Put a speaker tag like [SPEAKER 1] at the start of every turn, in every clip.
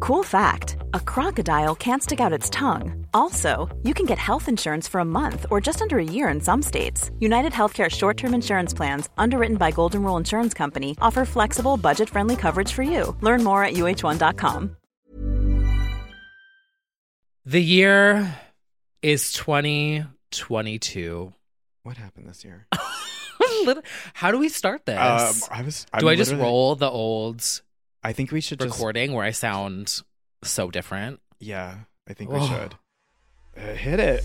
[SPEAKER 1] Cool fact a crocodile can't stick out its tongue. Also, you can get health insurance for a month or just under a year in some states. United Healthcare short term insurance plans, underwritten by Golden Rule Insurance Company, offer flexible, budget friendly coverage for you. Learn more at uh1.com.
[SPEAKER 2] The year is 2022.
[SPEAKER 3] What happened this year?
[SPEAKER 2] Lit- How do we start this?
[SPEAKER 3] Um, I was.
[SPEAKER 2] do
[SPEAKER 3] I'm
[SPEAKER 2] I just
[SPEAKER 3] literally-
[SPEAKER 2] roll the old
[SPEAKER 3] I think we should just.
[SPEAKER 2] recording where I sound so different?
[SPEAKER 3] Yeah, I think we
[SPEAKER 2] Ugh.
[SPEAKER 3] should. Uh, hit it.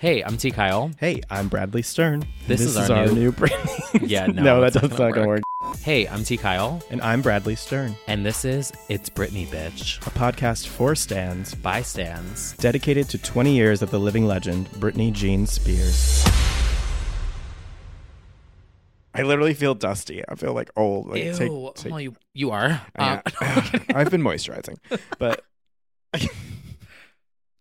[SPEAKER 2] Hey, I'm T. Kyle.
[SPEAKER 4] Hey, I'm Bradley Stern.
[SPEAKER 2] This is our new-
[SPEAKER 4] brand.
[SPEAKER 2] Yeah, no,
[SPEAKER 4] no, that
[SPEAKER 2] it's not
[SPEAKER 4] does
[SPEAKER 2] gonna
[SPEAKER 4] not gonna
[SPEAKER 2] work.
[SPEAKER 4] work.
[SPEAKER 2] Hey, I'm T. Kyle.
[SPEAKER 4] And I'm Bradley Stern,
[SPEAKER 2] And this is It's Britney, Bitch.
[SPEAKER 4] a podcast for stands
[SPEAKER 2] By Stans.
[SPEAKER 4] dedicated to 20 years of the living legend Brittany Jean Spears.
[SPEAKER 3] I literally feel dusty. I feel like old. Like,
[SPEAKER 2] Ew.
[SPEAKER 3] take- take-
[SPEAKER 2] well, you, you are.
[SPEAKER 3] I-
[SPEAKER 2] Um,
[SPEAKER 3] I've been moisturizing, but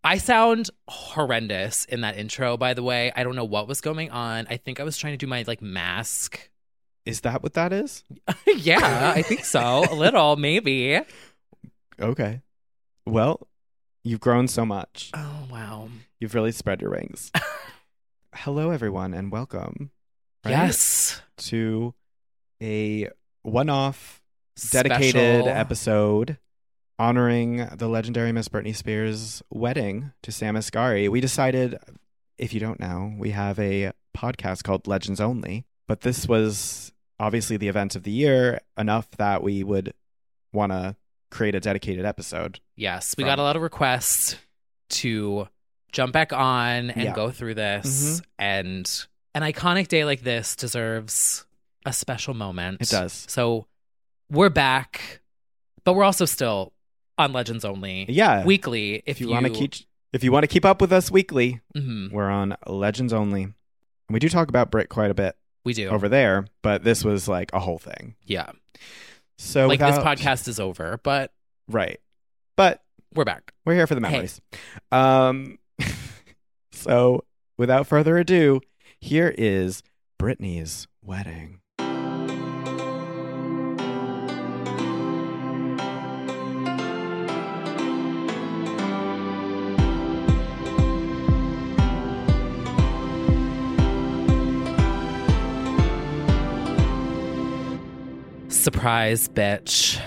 [SPEAKER 2] I sound horrendous in that intro, by the way. I don't know what was going on. I think I was trying to do my like mask.
[SPEAKER 3] is that what that is?
[SPEAKER 2] yeah, I think so. A little, maybe.
[SPEAKER 3] Okay. Well, you've grown so much.
[SPEAKER 2] Oh, wow.
[SPEAKER 3] You've really spread your wings. Hello, everyone, and welcome. right,
[SPEAKER 2] Yes.
[SPEAKER 3] To a one-off dedicated
[SPEAKER 2] Special.
[SPEAKER 3] episode honoring the legendary Miss Britney Spears' wedding to Sam Asghari. We decided, if you don't know, we have a podcast called Legends Only, but this was obviously the event of the year enough that we would want to create a dedicated episode.
[SPEAKER 2] Yes, we
[SPEAKER 3] from-
[SPEAKER 2] got a lot of requests to jump back on and
[SPEAKER 3] Yeah. Mm-hmm.
[SPEAKER 2] go through this and an iconic day like this deserves a special moment.
[SPEAKER 3] It does.
[SPEAKER 2] So we're back, but we're also still on Legends Only.
[SPEAKER 3] Yeah.
[SPEAKER 2] Weekly, if,
[SPEAKER 3] if you, want to keep if you want to keep up with us weekly,
[SPEAKER 2] Mhm,
[SPEAKER 3] we're on Legends Only. And we do talk about Brit quite a bit
[SPEAKER 2] we do.
[SPEAKER 3] over there, but this was like a whole thing.
[SPEAKER 2] yeah.
[SPEAKER 3] So
[SPEAKER 2] like this
[SPEAKER 3] without-
[SPEAKER 2] podcast is over, but
[SPEAKER 3] right? But
[SPEAKER 2] we're back.
[SPEAKER 3] We're here for the
[SPEAKER 2] Hey.
[SPEAKER 3] memories. Um, so, without further ado, here is Brittany's wedding.
[SPEAKER 2] Surprise, bitch.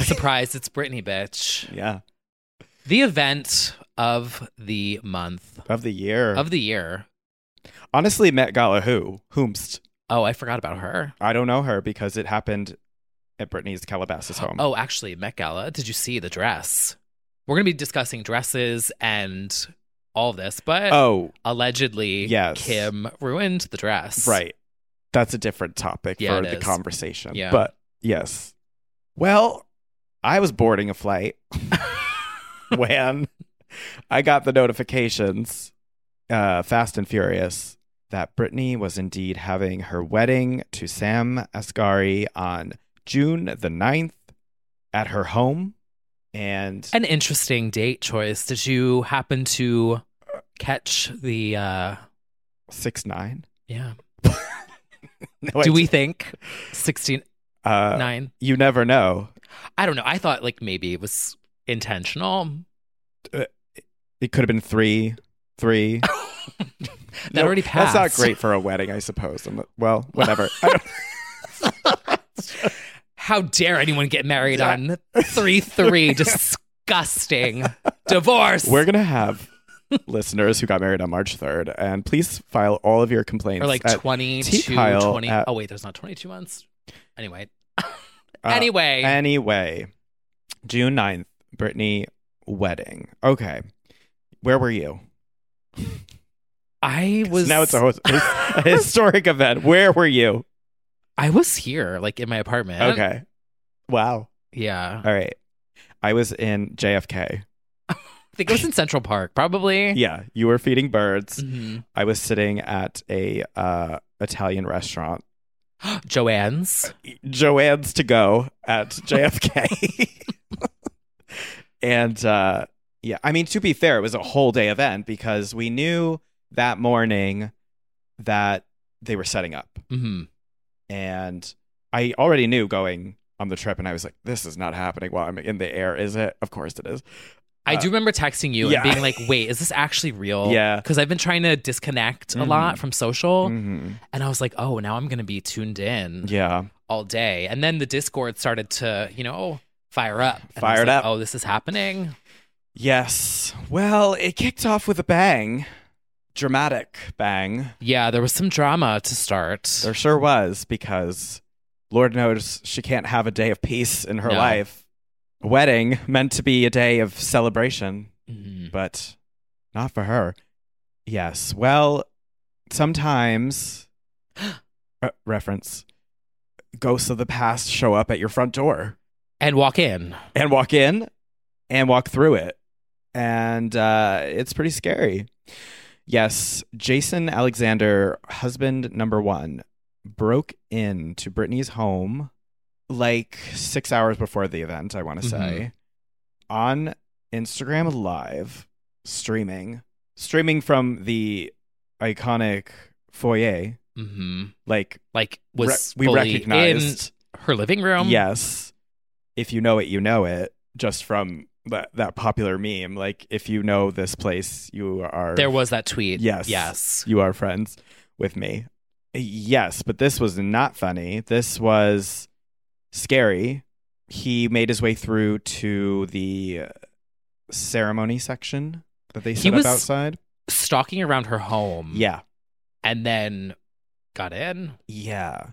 [SPEAKER 2] Surprise, it's Brittany, bitch.
[SPEAKER 3] Yeah,
[SPEAKER 2] The event of the month,
[SPEAKER 3] of the year.
[SPEAKER 2] of the year.
[SPEAKER 3] Honestly, Met Gala who whomst.
[SPEAKER 2] Oh, I forgot about her.
[SPEAKER 3] I don't know her because it happened at Brittany's Calabasas home.
[SPEAKER 2] Oh, actually, Met Gala. Did you see the dress? We're going to be discussing dresses and all of this, but
[SPEAKER 3] oh,
[SPEAKER 2] allegedly,
[SPEAKER 3] Yes.
[SPEAKER 2] Kim ruined the dress.
[SPEAKER 3] right. That's a different topic
[SPEAKER 2] Yeah,
[SPEAKER 3] for
[SPEAKER 2] it
[SPEAKER 3] the
[SPEAKER 2] is.
[SPEAKER 3] conversation.
[SPEAKER 2] Yeah.
[SPEAKER 3] But yes. Well, I was boarding a flight when I got the notifications, uh, fast and furious, that Brittany was indeed having her wedding to Sam Asghari on June the 9th at her home. And
[SPEAKER 2] An interesting date choice. Did you happen to catch the? uh
[SPEAKER 3] six nine.
[SPEAKER 2] Yeah.
[SPEAKER 3] No,
[SPEAKER 2] Do
[SPEAKER 3] I-
[SPEAKER 2] we think sixteen
[SPEAKER 3] Uh,
[SPEAKER 2] nine?
[SPEAKER 3] You never know.
[SPEAKER 2] I don't know. I thought like maybe it was intentional.
[SPEAKER 3] It could have been three, three.
[SPEAKER 2] That
[SPEAKER 3] No,
[SPEAKER 2] already passed.
[SPEAKER 3] That's not great for a wedding, I suppose. I'm- well, whatever. I don't-
[SPEAKER 2] How dare anyone get married on three three? Disgusting. Divorce.
[SPEAKER 3] We're gonna have listeners who got married on March third, and please file all of your complaints.
[SPEAKER 2] or like
[SPEAKER 3] at-
[SPEAKER 2] 22,
[SPEAKER 3] Kyle
[SPEAKER 2] 20.
[SPEAKER 3] at-
[SPEAKER 2] oh, wait, there's not 22 months. Anyway.
[SPEAKER 3] uh,
[SPEAKER 2] anyway.
[SPEAKER 3] Anyway, June 9th, Brittany wedding. Okay, where were you?
[SPEAKER 2] I was
[SPEAKER 3] now it's a, hos- a historic event. Where were you?
[SPEAKER 2] I was here, like in my apartment.
[SPEAKER 3] Okay. Wow.
[SPEAKER 2] Yeah. I
[SPEAKER 3] All right. I was in JFK.
[SPEAKER 2] think it was in Central Park, probably.
[SPEAKER 3] Yeah, you were feeding birds.
[SPEAKER 2] Mhm.
[SPEAKER 3] I was sitting at a uh, Italian restaurant,
[SPEAKER 2] Joanne's.
[SPEAKER 3] Joanne's to go at JFK. and uh, yeah, I mean, to be fair, it was a whole day event because we knew that morning that they were setting up.
[SPEAKER 2] hmm
[SPEAKER 3] And I already knew going on the trip, and I was like, "This is not happening while I'm in the air, is it?" Of course it is.
[SPEAKER 2] I
[SPEAKER 3] Uh,
[SPEAKER 2] do remember texting you
[SPEAKER 3] yeah.
[SPEAKER 2] and being like, wait, is this actually real?
[SPEAKER 3] Yeah. Mm.
[SPEAKER 2] Because I've been trying to disconnect a lot from social.
[SPEAKER 3] Mhm.
[SPEAKER 2] And I was like, oh, now I'm going to be tuned in
[SPEAKER 3] Yeah,
[SPEAKER 2] all day. And then the Discord started to, you know, fire up. And I was
[SPEAKER 3] Fired
[SPEAKER 2] like,
[SPEAKER 3] up.
[SPEAKER 2] Oh, this is happening.
[SPEAKER 3] yes. Well, it kicked off with a bang, dramatic bang.
[SPEAKER 2] Yeah, there was some drama to start.
[SPEAKER 3] There sure was because Lord knows she can't have a day of peace in her
[SPEAKER 2] No.
[SPEAKER 3] life. A wedding meant to be a day of celebration,
[SPEAKER 2] Mhm.
[SPEAKER 3] but not for her. Yes. Well, sometimes re- reference ghosts of the past show up at your front door
[SPEAKER 2] And walk in.
[SPEAKER 3] and walk in and walk through it. And uh, it's pretty scary. Yes, Jason Alexander, husband number one, broke into Brittany's home like six hours before the event, I
[SPEAKER 2] Mm-hmm.
[SPEAKER 3] want to say, on Instagram Live, streaming, streaming from the iconic foyer.
[SPEAKER 2] hmm
[SPEAKER 3] Like,
[SPEAKER 2] Like, was
[SPEAKER 3] re- we
[SPEAKER 2] fully
[SPEAKER 3] recognized
[SPEAKER 2] in her living room.
[SPEAKER 3] Yes. If you know it, you know it. Just from that, that popular meme, like if you know this place, you are
[SPEAKER 2] There was that tweet.
[SPEAKER 3] Yes.
[SPEAKER 2] Yes.
[SPEAKER 3] you are friends with me. Yes, but this was not funny. This was scary. He made his way through to the uh, ceremony section that they
[SPEAKER 2] He
[SPEAKER 3] set
[SPEAKER 2] was-
[SPEAKER 3] up outside.
[SPEAKER 2] Stalking around her home.
[SPEAKER 3] Yeah.
[SPEAKER 2] And then got in.
[SPEAKER 3] Yeah.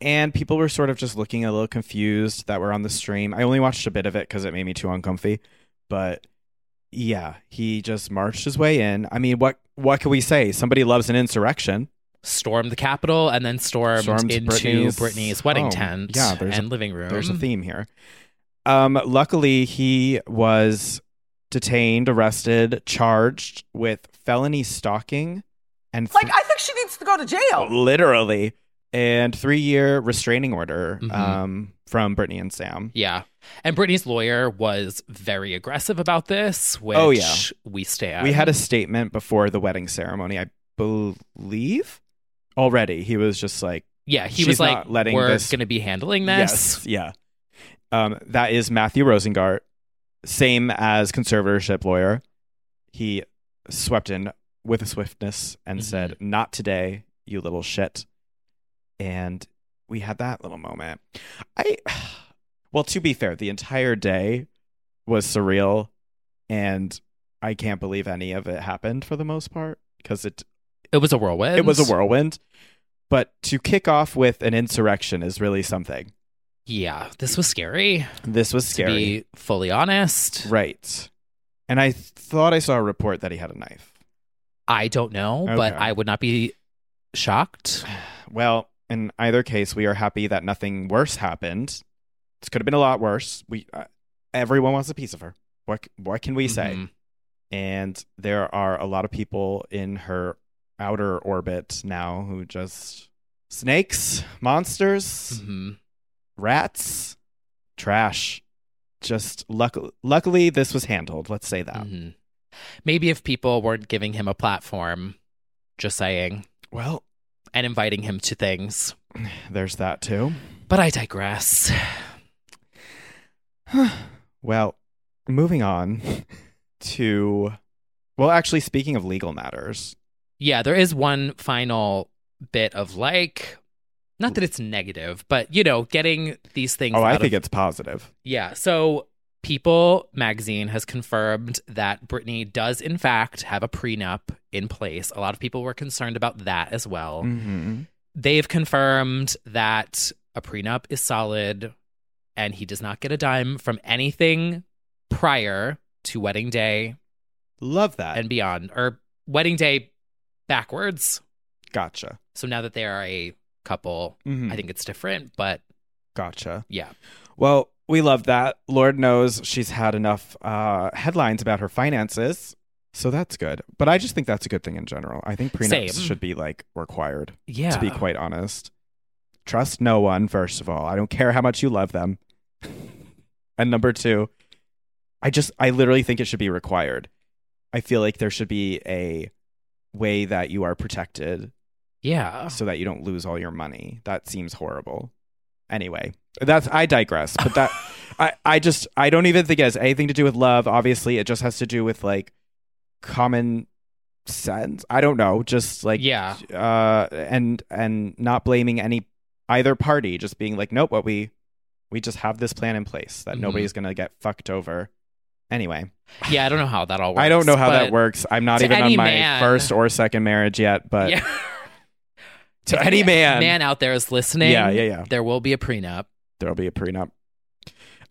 [SPEAKER 3] And people were sort of just looking a little confused that were on the stream. I only watched a bit of it because it made me too uncomfy. But yeah, he just marched his way in. I mean, what what can we say? Somebody loves an insurrection.
[SPEAKER 2] stormed the Capitol and then stormed,
[SPEAKER 3] Stormed
[SPEAKER 2] into
[SPEAKER 3] Britney's
[SPEAKER 2] Britney's, wedding
[SPEAKER 3] home.
[SPEAKER 2] tent
[SPEAKER 3] Yeah, there's a-
[SPEAKER 2] and living room.
[SPEAKER 3] There's a theme here. Um, luckily, he was detained, arrested, charged with felony stalking, and th-
[SPEAKER 5] Like, I think she needs to go to jail.
[SPEAKER 3] literally, and three year restraining order
[SPEAKER 2] Mhm.
[SPEAKER 3] um, from Brittany and Sam.
[SPEAKER 2] Yeah. And Britney's lawyer was very aggressive about this, which
[SPEAKER 3] Oh, yeah.
[SPEAKER 2] we stand.
[SPEAKER 3] We had a statement before the wedding ceremony, I believe. Already, he was just like,
[SPEAKER 2] Yeah, he
[SPEAKER 3] she's
[SPEAKER 2] was like,
[SPEAKER 3] not letting
[SPEAKER 2] we're
[SPEAKER 3] this-
[SPEAKER 2] going to be handling this.
[SPEAKER 3] "Yes, yeah." Um, that is Matthew Rosengart, same as conservatorship lawyer. He swept in with a swiftness and
[SPEAKER 2] Mhm.
[SPEAKER 3] said, "Not today, you little shit." And we had that little moment. I, well, to be fair, the entire day was surreal, and I can't believe any of it happened for the most part because it
[SPEAKER 2] It was a whirlwind.
[SPEAKER 3] it was a whirlwind. But to kick off with an insurrection is really something.
[SPEAKER 2] Yeah, this was scary.
[SPEAKER 3] This was
[SPEAKER 2] To
[SPEAKER 3] scary.
[SPEAKER 2] be fully honest,
[SPEAKER 3] Right. And I thought I saw a report that he had a knife.
[SPEAKER 2] I don't know, but
[SPEAKER 3] Okay.
[SPEAKER 2] I would not be shocked.
[SPEAKER 3] Well, in either case, we are happy that nothing worse happened. This could have been a lot worse. We uh, everyone wants a piece of her. What c- what can we say?
[SPEAKER 2] Mhm.
[SPEAKER 3] And there are a lot of people in her outer orbit now who just snakes, monsters,
[SPEAKER 2] Mhm.
[SPEAKER 3] rats, trash. Just luck- luckily, this was handled. Let's say that.
[SPEAKER 2] Mhm. Maybe if people weren't giving him a platform, just saying,
[SPEAKER 3] Well,
[SPEAKER 2] and inviting him to things.
[SPEAKER 3] there's that too.
[SPEAKER 2] But I digress.
[SPEAKER 3] Well, moving on to, well, actually, speaking of legal matters,
[SPEAKER 2] Yeah, there is one final bit of like, not that it's negative, but you know, getting these things.
[SPEAKER 3] oh, I
[SPEAKER 2] out
[SPEAKER 3] think
[SPEAKER 2] of,
[SPEAKER 3] it's positive.
[SPEAKER 2] yeah. So People magazine has confirmed that Britney does in fact have a prenup in place. A lot of people were concerned about that as well.
[SPEAKER 3] Mm-hmm.
[SPEAKER 2] They've confirmed that a prenup is solid and he does not get a dime from anything prior to wedding day
[SPEAKER 3] Love that.
[SPEAKER 2] uh, and beyond or wedding day backwards.
[SPEAKER 3] gotcha.
[SPEAKER 2] So now that they are a couple,
[SPEAKER 3] Mhm.
[SPEAKER 2] I think it's different, but
[SPEAKER 3] Gotcha.
[SPEAKER 2] yeah.
[SPEAKER 3] Well, we love that. Lord knows she's had enough uh, headlines about her finances. So that's good. But I just think that's a good thing in general. I think prenups
[SPEAKER 2] Same.
[SPEAKER 3] should be like required.
[SPEAKER 2] Yeah.
[SPEAKER 3] to be quite honest. Trust no one, first of all. I don't care how much you love them. and number two, I just, I literally think it should be required. I feel like there should be a way that you are protected
[SPEAKER 2] Yeah.
[SPEAKER 3] so that you don't lose all your money. That seems horrible. Anyway, that's I digress. But that I I just I don't even think it has anything to do with love. Obviously, it just has to do with like common sense. I don't know. Just like
[SPEAKER 2] Yeah.
[SPEAKER 3] uh, and and not blaming any either party. Just being like, nope, what we we just have this plan in place that
[SPEAKER 2] Mhm.
[SPEAKER 3] nobody's gonna get fucked over. Anyway,
[SPEAKER 2] Yeah, I don't know how that all works.
[SPEAKER 3] I don't know how that
[SPEAKER 2] but-
[SPEAKER 3] works. I'm not
[SPEAKER 2] to
[SPEAKER 3] even
[SPEAKER 2] any
[SPEAKER 3] on my
[SPEAKER 2] man-
[SPEAKER 3] first or second marriage yet, but
[SPEAKER 2] Yeah.
[SPEAKER 3] to any man,
[SPEAKER 2] man out there is listening.
[SPEAKER 3] Yeah, yeah, yeah.
[SPEAKER 2] There will be a prenup.
[SPEAKER 3] there'll be a prenup.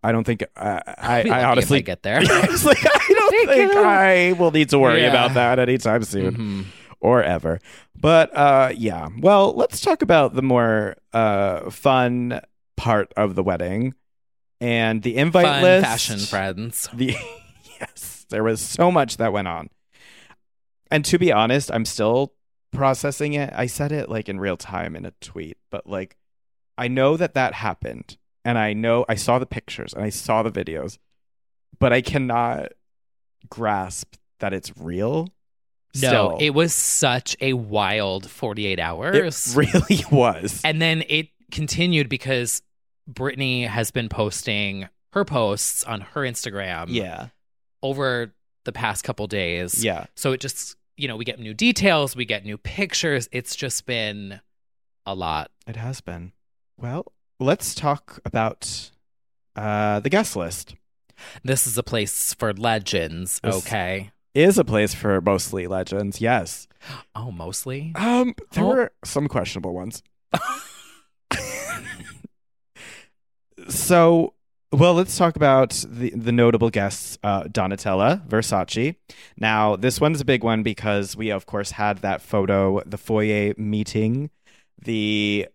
[SPEAKER 3] I don't think I. I,
[SPEAKER 2] I'll be lucky
[SPEAKER 3] I
[SPEAKER 2] if
[SPEAKER 3] honestly
[SPEAKER 2] get there.
[SPEAKER 3] I was like, I don't
[SPEAKER 2] Thank
[SPEAKER 3] think
[SPEAKER 2] you.
[SPEAKER 3] I will need to worry
[SPEAKER 2] Yeah.
[SPEAKER 3] about that anytime soon
[SPEAKER 2] Mhm.
[SPEAKER 3] or ever. But uh, yeah, well, let's talk about the more uh, fun part of the wedding and the invite
[SPEAKER 2] Fun
[SPEAKER 3] list.
[SPEAKER 2] fashion friends.
[SPEAKER 3] The yes, there was so much that went on, and to be honest, I'm still processing it. I said it like in real time in a tweet, but like I know that that happened, and I know I saw the pictures and I saw the videos, but I cannot grasp that it's real.
[SPEAKER 2] No,
[SPEAKER 3] still.
[SPEAKER 2] it was such a wild 48 hours.
[SPEAKER 3] it really was.
[SPEAKER 2] And then it continued because Brittany has been posting her posts on her Instagram
[SPEAKER 3] yeah,
[SPEAKER 2] over the past couple days.
[SPEAKER 3] yeah.
[SPEAKER 2] So it just, you know, we get new details, we get new pictures. It's just been a lot.
[SPEAKER 3] It has been. Well, let's talk about uh, the guest list.
[SPEAKER 2] This is a place for legends.
[SPEAKER 3] This-
[SPEAKER 2] okay.
[SPEAKER 3] Is a place for mostly legends. Yes.
[SPEAKER 2] Oh, mostly?
[SPEAKER 3] Um, there
[SPEAKER 2] Oh.
[SPEAKER 3] were some questionable ones. so, well, let's talk about the the notable guests: uh, Donatella Versace. Now, this one's a big one because we, of course, had that photo, the foyer meeting, the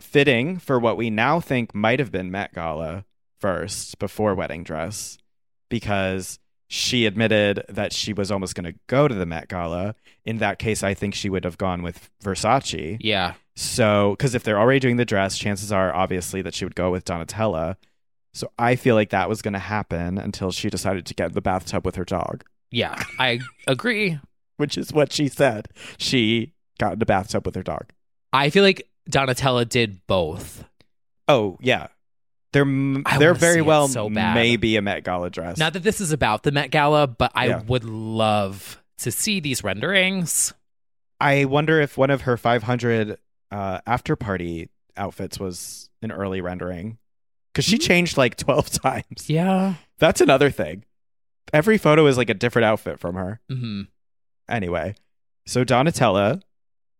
[SPEAKER 3] fitting for what we now think might have been Met Gala first before wedding dress, because she admitted that she was almost going to go to the Met Gala. In that case, I think she would have gone with Versace.
[SPEAKER 2] Yeah.
[SPEAKER 3] So, because if they're already doing the dress, chances are obviously that she would go with Donatella. So I feel like that was going to happen until she decided to get in the bathtub with her dog,
[SPEAKER 2] Yeah. I agree.
[SPEAKER 3] which is what she said. She got in the bathtub with her dog.
[SPEAKER 2] I feel like Donatella did both.
[SPEAKER 3] Oh yeah, they're m-
[SPEAKER 2] I
[SPEAKER 3] they're
[SPEAKER 2] wanna see
[SPEAKER 3] very
[SPEAKER 2] it
[SPEAKER 3] well
[SPEAKER 2] so bad.
[SPEAKER 3] maybe a Met Gala dress.
[SPEAKER 2] Not that this is about the Met Gala, but I
[SPEAKER 3] Yeah.
[SPEAKER 2] would love to see these renderings.
[SPEAKER 3] I wonder if one of her 500 uh, after party outfits was an early rendering because she changed like 12 times.
[SPEAKER 2] Hmm. Yeah.
[SPEAKER 3] That's another thing. Every photo is like a different outfit from her.
[SPEAKER 2] hmm
[SPEAKER 3] Anyway, so Donatella,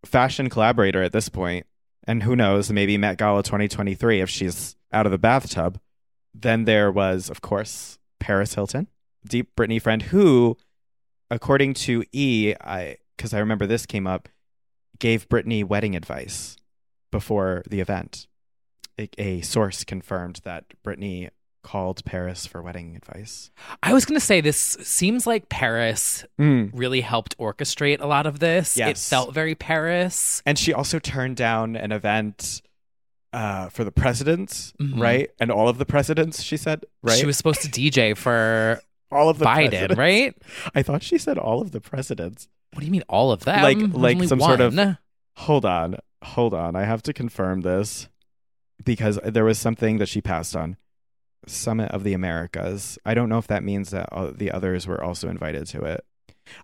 [SPEAKER 3] fashion collaborator at this point, and who knows, maybe Met Gala 2023 if she's out of the bathtub. Then there was, of course, Paris Hilton, deep Britney friend, who, according to E, I because I remember this came up, gave Britney wedding advice before the event. A, a source confirmed that Britney called Paris for wedding advice.
[SPEAKER 2] I was going to say this seems like Paris really helped orchestrate a lot of this. It
[SPEAKER 3] Yes.
[SPEAKER 2] felt very Paris.
[SPEAKER 3] And she also turned down an event uh, for the presidents,
[SPEAKER 2] Mhm.
[SPEAKER 3] right? And all of the presidents, she said, right?
[SPEAKER 2] She was supposed to DJ for
[SPEAKER 3] all of the
[SPEAKER 2] Biden,
[SPEAKER 3] presidents.
[SPEAKER 2] right?
[SPEAKER 3] I thought she said all of the presidents.
[SPEAKER 2] What do you mean all of them?
[SPEAKER 3] Like-
[SPEAKER 2] There's
[SPEAKER 3] like
[SPEAKER 2] only
[SPEAKER 3] some sort of-
[SPEAKER 2] one.
[SPEAKER 3] Hold on, hold on. I have to confirm this because there was something that she passed on. Summit of the Americas. I don't know if that means that all the others were also invited to it.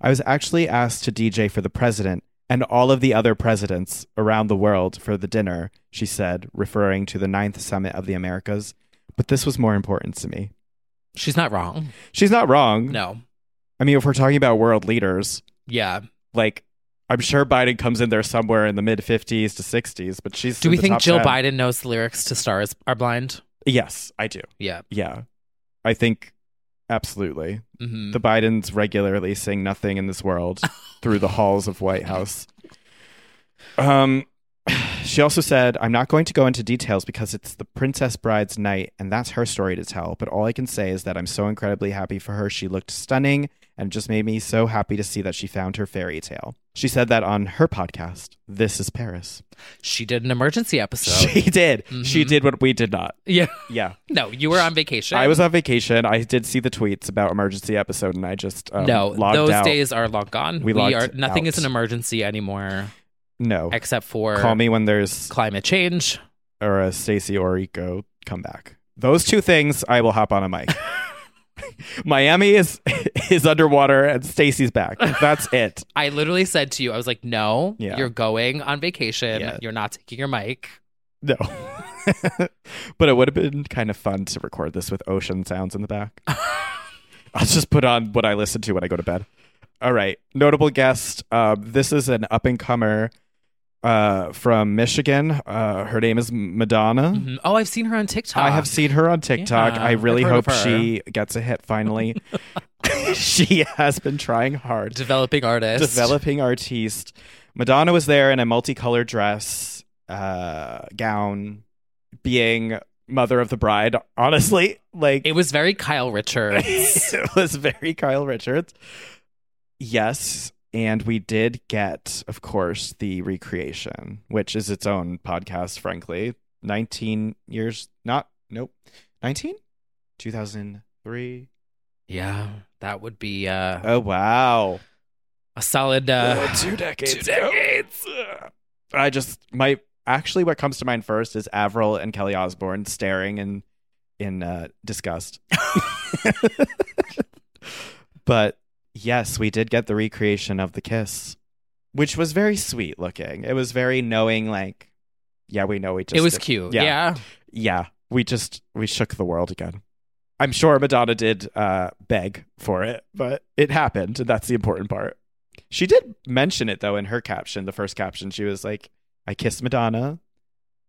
[SPEAKER 3] I was actually asked to DJ for the president and all of the other presidents around the world for the dinner, she said, referring to the ninth summit of the Americas. But this was more important to me.
[SPEAKER 2] She's not wrong.
[SPEAKER 3] She's not wrong.
[SPEAKER 2] No.
[SPEAKER 3] I mean, if we're talking about world leaders,
[SPEAKER 2] Yeah.
[SPEAKER 3] like I'm sure Biden comes in there somewhere in the mid 50s to 60s, but she's
[SPEAKER 2] Do
[SPEAKER 3] in
[SPEAKER 2] we
[SPEAKER 3] the
[SPEAKER 2] think
[SPEAKER 3] top
[SPEAKER 2] Jill
[SPEAKER 3] 10.
[SPEAKER 2] Biden knows the lyrics to Stars Are Blind?
[SPEAKER 3] Yes, I do.
[SPEAKER 2] Yeah.
[SPEAKER 3] Yeah. I think absolutely.
[SPEAKER 2] hmm
[SPEAKER 3] Mm-hmm. The Bidens regularly sing nothing in this world through the halls of White House. Um she also said, I'm not going to go into details because it's the Princess Bride's night and that's her story to tell. But all I can say is that I'm so incredibly happy for her. She looked stunning and it just made me so happy to see that she found her fairy tale. She said that on her podcast, This is Paris.
[SPEAKER 2] She did an emergency episode.
[SPEAKER 3] She did. She
[SPEAKER 2] Mhm.
[SPEAKER 3] did what we did not.
[SPEAKER 2] yeah.
[SPEAKER 3] Yeah.
[SPEAKER 2] No, you were on vacation.
[SPEAKER 3] I was on vacation. I did see the tweets about emergency episode, and I just um,
[SPEAKER 2] no,
[SPEAKER 3] logged
[SPEAKER 2] those
[SPEAKER 3] out.
[SPEAKER 2] days are long gone.
[SPEAKER 3] We logged
[SPEAKER 2] are nothing
[SPEAKER 3] out.
[SPEAKER 2] is an emergency anymore
[SPEAKER 3] No,
[SPEAKER 2] except for
[SPEAKER 3] call me when there's
[SPEAKER 2] climate change.
[SPEAKER 3] or a Stacy Orico comeback. Those two things, I will hop on a mic. Miami is is underwater and Stacy's back. That's it.
[SPEAKER 2] I literally said to you, I was like, no,
[SPEAKER 3] Yeah.
[SPEAKER 2] you're going on vacation.
[SPEAKER 3] Yeah.
[SPEAKER 2] You're not taking your mic.
[SPEAKER 3] No. but it would have been kind of fun to record this with ocean sounds in the back. I'll just put on what I listen to when I go to bed. All right. Notable guest. Um, this is an up and comer uh, from Michigan. Uh, her name is Madonna.
[SPEAKER 2] Mhm. Oh, I've seen her on TikTok.
[SPEAKER 3] I have seen her on TikTok.
[SPEAKER 2] Yeah,
[SPEAKER 3] I really
[SPEAKER 2] I've heard of
[SPEAKER 3] hope
[SPEAKER 2] her.
[SPEAKER 3] she gets a hit finally. she has been trying hard.
[SPEAKER 2] developing artist.
[SPEAKER 3] Developing artiste. Madonna was there in a multicolored dress, uh, gown, being mother of the bride, honestly. Like
[SPEAKER 2] It was very Kyle Richards.
[SPEAKER 3] it was very Kyle Richards. Yes. And we did get, of course, the recreation, which is its own podcast, frankly. 19 years, not, nope, 19? 2003.
[SPEAKER 2] yeah, that would be uh,
[SPEAKER 3] Oh, wow.
[SPEAKER 2] a solid. Uh,
[SPEAKER 3] two decades.
[SPEAKER 2] two
[SPEAKER 3] decades. I just, my, actually, what comes to mind first is Avril and Kelly Osbourne staring in, in uh, disgust. but yes, we did get the recreation of the kiss, which was very sweet looking. It was very knowing, like, yeah, we know we just.
[SPEAKER 2] it was
[SPEAKER 3] did-
[SPEAKER 2] cute.
[SPEAKER 3] Yeah.
[SPEAKER 2] Yeah.
[SPEAKER 3] Yeah. We just, we shook the world again. I'm sure Madonna did uh, beg for it, but it happened. And that's the important part. She did mention it, though, in her caption, the first caption. She was like, I kissed Madonna.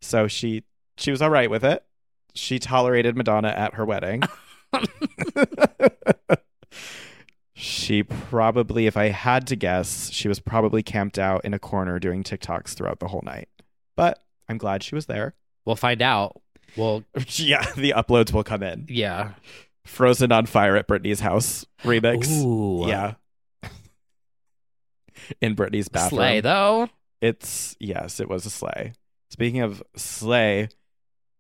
[SPEAKER 3] So she, she was all right with it. She tolerated Madonna at her wedding. she probably, if I had to guess, she was probably camped out in a corner doing TikToks throughout the whole night. But I'm glad she was there.
[SPEAKER 2] We'll find out. Well,
[SPEAKER 3] Yeah, the uploads will come in.
[SPEAKER 2] yeah.
[SPEAKER 3] Frozen on fire at Britney's house remix.
[SPEAKER 2] Ooh.
[SPEAKER 3] Yeah. In Britney's bathroom.
[SPEAKER 2] Slay though.
[SPEAKER 3] It's yes, it was a sleigh. Speaking of sleigh,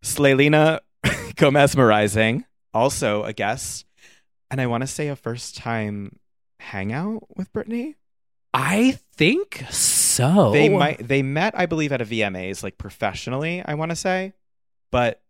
[SPEAKER 3] Slaylina Gomez Merizing, also a guest, and I want to say a first time hangout with Britney.
[SPEAKER 2] I think so.
[SPEAKER 3] They might they met, I believe, at a VMAs, like professionally, I want to say. But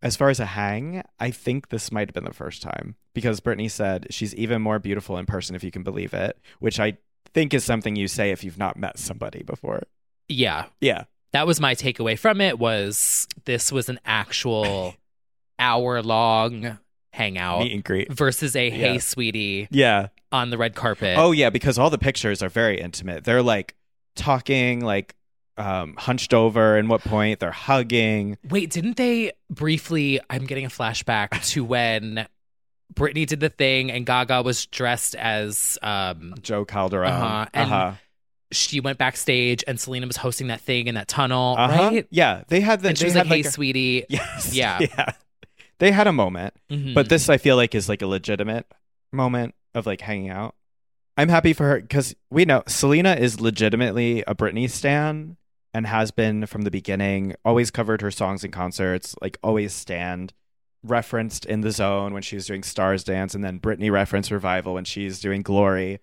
[SPEAKER 3] as far as a hang, I think this might have been the first time because Brittany said she's even more beautiful in person if you can believe it, which I think is something you say if you've not met somebody before.
[SPEAKER 2] Yeah.
[SPEAKER 3] Yeah.
[SPEAKER 2] That was my takeaway from it was this was an actual hour long hangout
[SPEAKER 3] Meet and greet.
[SPEAKER 2] versus a hey
[SPEAKER 3] Yeah.
[SPEAKER 2] sweetie
[SPEAKER 3] Yeah.
[SPEAKER 2] on the red carpet.
[SPEAKER 3] Oh yeah, because all the pictures are very intimate. They're like talking, like um, hunched over. And what point they're hugging?
[SPEAKER 2] Wait, didn't they briefly? I'm getting a flashback to when Britney did the thing and Gaga was dressed as um,
[SPEAKER 3] Joe Calderon.
[SPEAKER 2] Uh-huh. And-
[SPEAKER 3] Uh-huh.
[SPEAKER 2] she went backstage and Selena was hosting that thing in that tunnel,
[SPEAKER 3] Uh-huh.
[SPEAKER 2] right?
[SPEAKER 3] Yeah, they had the.
[SPEAKER 2] And she
[SPEAKER 3] they
[SPEAKER 2] was like,
[SPEAKER 3] had,
[SPEAKER 2] "Hey,
[SPEAKER 3] a-
[SPEAKER 2] sweetie,"
[SPEAKER 3] Yes.
[SPEAKER 2] Yeah.
[SPEAKER 3] Yeah. They had a moment,
[SPEAKER 2] Mhm.
[SPEAKER 3] but this I feel like is like a legitimate moment of like hanging out. I'm happy for her because we know Selena is legitimately a Britney stan and has been from the beginning. Always covered her songs in concerts, like always stand referenced in the zone when she was doing Stars Dance, and then Britney reference Revival when she's doing Glory.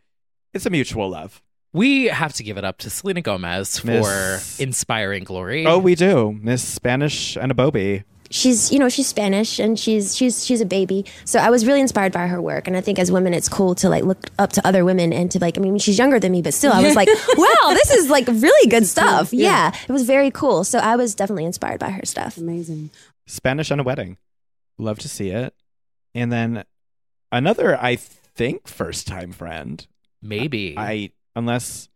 [SPEAKER 3] It's a mutual love.
[SPEAKER 2] we have to give it up to Selena Gomez for
[SPEAKER 3] Miss-
[SPEAKER 2] inspiring glory.
[SPEAKER 3] Oh, we do, Miss Spanish and a Bobby.
[SPEAKER 6] she's you know she's spanish and she's she's she's a baby so i was really inspired by her work and i think as women it's cool to like look up to other women and to like i mean she's younger than me but still i was like wow this is like really good stuff yeah. it was very cool so i was definitely inspired by her stuff
[SPEAKER 7] Amazing.
[SPEAKER 3] Spanish on a wedding. Love to see it. And then another, I think, first time friend.
[SPEAKER 2] maybe
[SPEAKER 3] I unless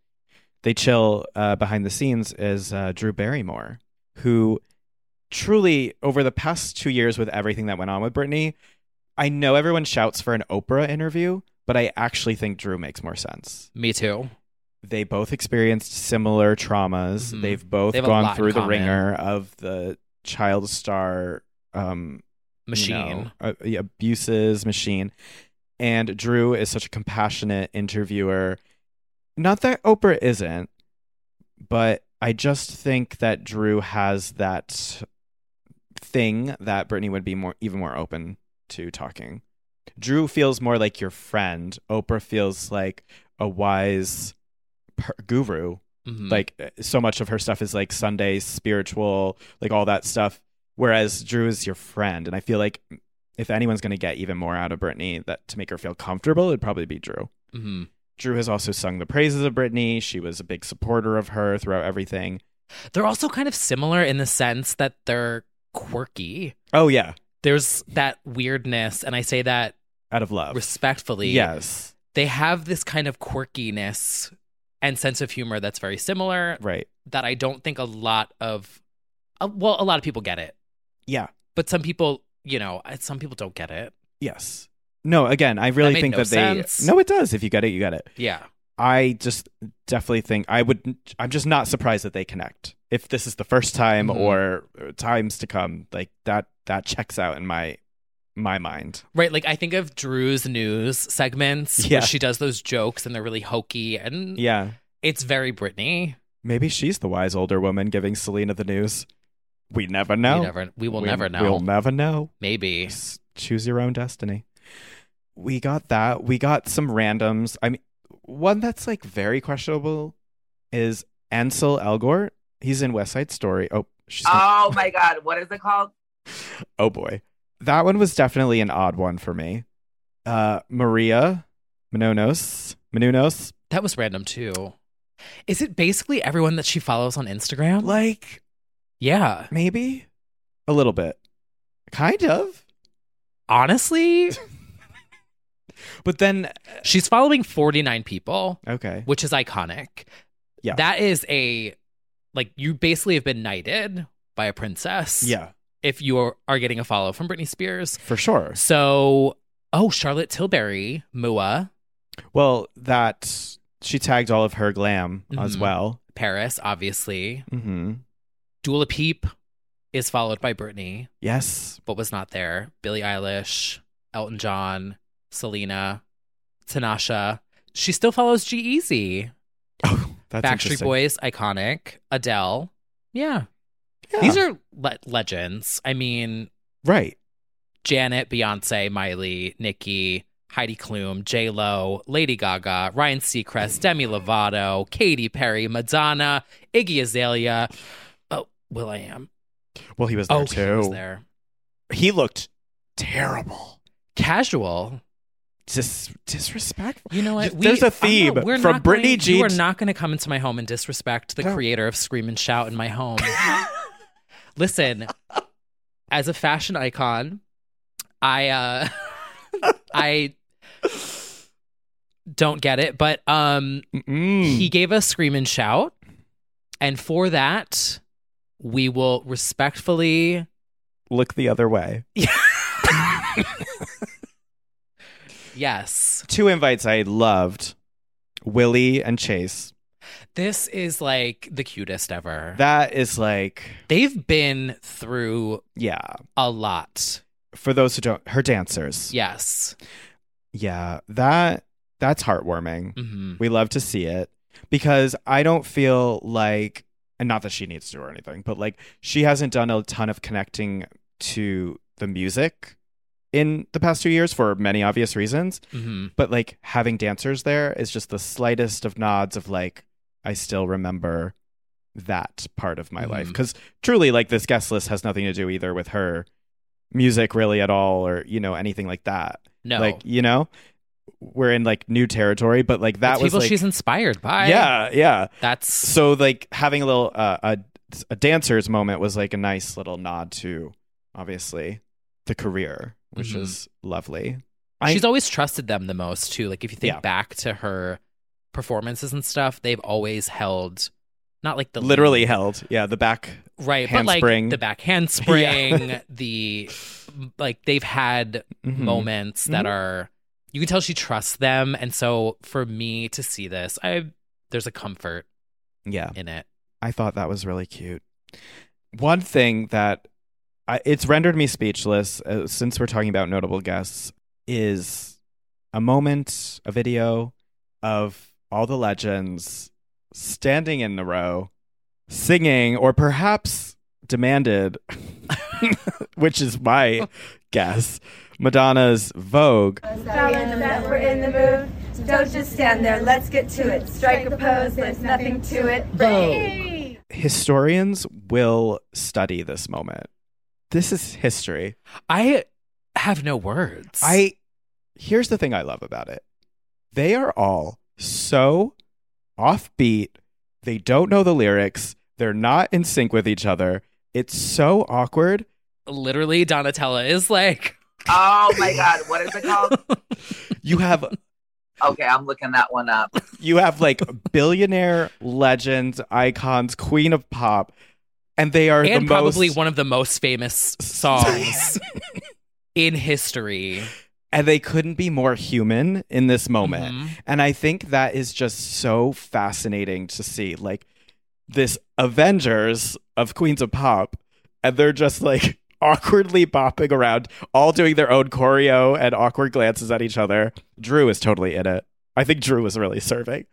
[SPEAKER 3] they chill uh, behind the scenes is uh, Drew Barrymore, who truly over the past two years with everything that went on with Britney, I know everyone shouts for an Oprah interview, but I actually think Drew makes more sense.
[SPEAKER 2] me too.
[SPEAKER 3] They both experienced similar traumas.
[SPEAKER 2] Mhm.
[SPEAKER 3] They've both
[SPEAKER 2] They have a lot
[SPEAKER 3] gone
[SPEAKER 2] in
[SPEAKER 3] through the
[SPEAKER 2] common.
[SPEAKER 3] ringer of the child star um, you know,
[SPEAKER 2] Machine.
[SPEAKER 3] uh, yeah, abuses machine. And Drew is such a compassionate interviewer. Not that Oprah isn't, but I just think that Drew has that thing that Brittany would be more even more open to talking. Drew feels more like your friend. Oprah feels like a wise per- guru
[SPEAKER 2] Mhm.
[SPEAKER 3] eh, like uh, so much of her stuff is like sunday spiritual like all that stuff Whereas Drew is your friend, and I feel like mm, if anyone's going to get even more out of Brittany, that to make her feel comfortable, it'd probably be Drew.
[SPEAKER 2] Mhm.
[SPEAKER 3] Drew has also sung the praises of Brittany. She was a big supporter of her throughout everything.
[SPEAKER 2] They're also kind of similar in the sense that they're quirky.
[SPEAKER 3] Oh yeah,
[SPEAKER 2] There's that weirdness, and I say that
[SPEAKER 3] out of love.
[SPEAKER 2] respectfully.
[SPEAKER 3] Yes,
[SPEAKER 2] They have this kind of quirkiness and sense of humor that's very similar
[SPEAKER 3] right.
[SPEAKER 2] that I don't think a lot of, uh, well, a lot of people get it,
[SPEAKER 3] Yeah.
[SPEAKER 2] but some people, you know, uh, some people don't get it.
[SPEAKER 3] Yes. No. Again, I really
[SPEAKER 2] made
[SPEAKER 3] think
[SPEAKER 2] no
[SPEAKER 3] that they.
[SPEAKER 2] sense.
[SPEAKER 3] No, it does. If you get it, you get it.
[SPEAKER 2] Yeah.
[SPEAKER 3] I just definitely think I would. I'm just not surprised that they connect. If this is the first time
[SPEAKER 2] Mhm.
[SPEAKER 3] or times to come, like that, that checks out in my my mind.
[SPEAKER 2] Right. Like I think of Drew's news segments
[SPEAKER 3] Yeah.
[SPEAKER 2] where she does those jokes and they're really hokey and
[SPEAKER 3] Yeah.
[SPEAKER 2] it's very Britney.
[SPEAKER 3] Maybe she's the wise older woman giving Selena the news. We never know.
[SPEAKER 2] We never we will
[SPEAKER 3] We-
[SPEAKER 2] never know.
[SPEAKER 3] We'll never know.
[SPEAKER 2] Maybe.
[SPEAKER 3] S- Choose your own destiny. We got that. We got some randoms. I mean, one that's like very questionable is Ansel Elgort. He's in West Side Story. Oh, she's not-
[SPEAKER 5] Oh my God. What is it called?
[SPEAKER 3] Oh boy. That one was definitely an odd one for me. Uh Maria Menounos. Menounos.
[SPEAKER 2] That was random too. Is it basically everyone that she follows on Instagram?
[SPEAKER 3] Like
[SPEAKER 2] yeah.
[SPEAKER 3] maybe a little bit. Kind of.
[SPEAKER 2] Honestly,
[SPEAKER 3] But then
[SPEAKER 2] she's following 49 people,
[SPEAKER 3] okay.
[SPEAKER 2] which is iconic.
[SPEAKER 3] Yeah.
[SPEAKER 2] That is a like you basically have been knighted by a princess.
[SPEAKER 3] Yeah,
[SPEAKER 2] If you are, are getting a follow from Britney Spears.
[SPEAKER 3] for sure.
[SPEAKER 2] So, oh, Charlotte Tilbury, Mua,
[SPEAKER 3] Well, that she tagged all of her glam as
[SPEAKER 2] Mhm.
[SPEAKER 3] well.
[SPEAKER 2] Paris, obviously.
[SPEAKER 3] Mhm.
[SPEAKER 2] Dula Peep is followed by Britney,
[SPEAKER 3] Yes.
[SPEAKER 2] but was not there. Billie Eilish, Elton John, Selena, Tanasha. She still follows G Easy.
[SPEAKER 3] Oh, that's
[SPEAKER 2] Backstreet
[SPEAKER 3] interesting.
[SPEAKER 2] Boys, iconic. Adele. Yeah.
[SPEAKER 3] Yeah.
[SPEAKER 2] These are le- legends. I mean,
[SPEAKER 3] right.
[SPEAKER 2] Janet, Beyonce, Miley, Nicki, Heidi Klum, J Lo, Lady Gaga, Ryan Seacrest, Demi Lovato, Katy Perry, Madonna, Iggy Azalea. Oh, Will I am.
[SPEAKER 3] Well, he was there
[SPEAKER 2] Oh,
[SPEAKER 3] too.
[SPEAKER 2] he was there.
[SPEAKER 3] He looked terrible.
[SPEAKER 2] Casual.
[SPEAKER 3] Dis- disrespectful.
[SPEAKER 2] You know what?
[SPEAKER 3] Just- there's a
[SPEAKER 2] I'm
[SPEAKER 3] theme
[SPEAKER 2] we're
[SPEAKER 3] from
[SPEAKER 2] not
[SPEAKER 3] Britney
[SPEAKER 2] going, You are
[SPEAKER 3] Jean-
[SPEAKER 2] not going to come into my home and disrespect the
[SPEAKER 3] No.
[SPEAKER 2] creator of Scream and Shout in my home. Listen, as a fashion icon, I uh I don't get it, but um
[SPEAKER 3] Mm-mm.
[SPEAKER 2] he gave us Scream and Shout, and for that we will respectfully
[SPEAKER 3] Look the other way.
[SPEAKER 2] yes.
[SPEAKER 3] Two invites I loved. Willie and Chase.
[SPEAKER 2] This is like the cutest ever.
[SPEAKER 3] That is like,
[SPEAKER 2] They've been through
[SPEAKER 3] yeah.
[SPEAKER 2] a lot.
[SPEAKER 3] For those who don't, her dancers.
[SPEAKER 2] Yes.
[SPEAKER 3] Yeah. That that's heartwarming.
[SPEAKER 2] hmm
[SPEAKER 3] We love to see it because I don't feel like, and not that she needs to or anything, but like she hasn't done a ton of connecting to the music in the past two years for many obvious reasons.
[SPEAKER 2] hmm
[SPEAKER 3] But like having dancers there is just the slightest of nods of like, I still remember that part of my life.
[SPEAKER 2] Mhm.
[SPEAKER 3] Cause truly, like this guest list has nothing to do either with her music really at all or, you know, anything like that.
[SPEAKER 2] No.
[SPEAKER 3] Like, you know, we're in like new territory, but like that
[SPEAKER 2] It's
[SPEAKER 3] was
[SPEAKER 2] people
[SPEAKER 3] like,
[SPEAKER 2] she's inspired by.
[SPEAKER 3] yeah, yeah.
[SPEAKER 2] That's
[SPEAKER 3] So like having a little uh, a a dancers moment was like a nice little nod to obviously the career, which
[SPEAKER 2] Mhm.
[SPEAKER 3] is lovely.
[SPEAKER 2] she's always trusted them the most too. Like if you think
[SPEAKER 3] Yeah.
[SPEAKER 2] back to her performances and stuff, they've always held not like the
[SPEAKER 3] literally held, yeah, the back.
[SPEAKER 2] right, but
[SPEAKER 3] handspring.
[SPEAKER 2] like the back handspring, the like they've had
[SPEAKER 3] Mhm.
[SPEAKER 2] moments that
[SPEAKER 3] Mhm.
[SPEAKER 2] are you can tell she trusts them, and so for me to see this, I there's a comfort
[SPEAKER 3] Yeah,
[SPEAKER 2] in it.
[SPEAKER 3] I thought that was really cute. One thing that I, it's rendered me speechless uh, since we're talking about notable guests is a moment, a video of all the legends standing in the row, singing, or perhaps demanded, which is my guess, Madonna's Vogue.
[SPEAKER 7] Fellas that were in the mood, so don't just stand there. Let's get to it. Strike a pose. There's nothing to it. Boom.
[SPEAKER 3] Historians will study this moment This is history.
[SPEAKER 2] I have no words.
[SPEAKER 3] I here's the thing I love about it. They are all so offbeat. They don't know the lyrics. They're not in sync with each other. It's so awkward.
[SPEAKER 2] literally Donatella is like
[SPEAKER 8] Oh my god, what is it called?
[SPEAKER 3] You have
[SPEAKER 8] okay, I'm looking that one up.
[SPEAKER 3] you have like billionaire legends, icons, queen of pop, and they are
[SPEAKER 2] and
[SPEAKER 3] the
[SPEAKER 2] probably
[SPEAKER 3] most
[SPEAKER 2] one of the most famous songs in history.
[SPEAKER 3] and they couldn't be more human in this moment.
[SPEAKER 2] Mhm.
[SPEAKER 3] And I think that is just so fascinating to see. Like this Avengers of Queens of Pop, and they're just like awkwardly bopping around, all doing their own choreo and awkward glances at each other. Drew is totally in it. I think Drew is really serving.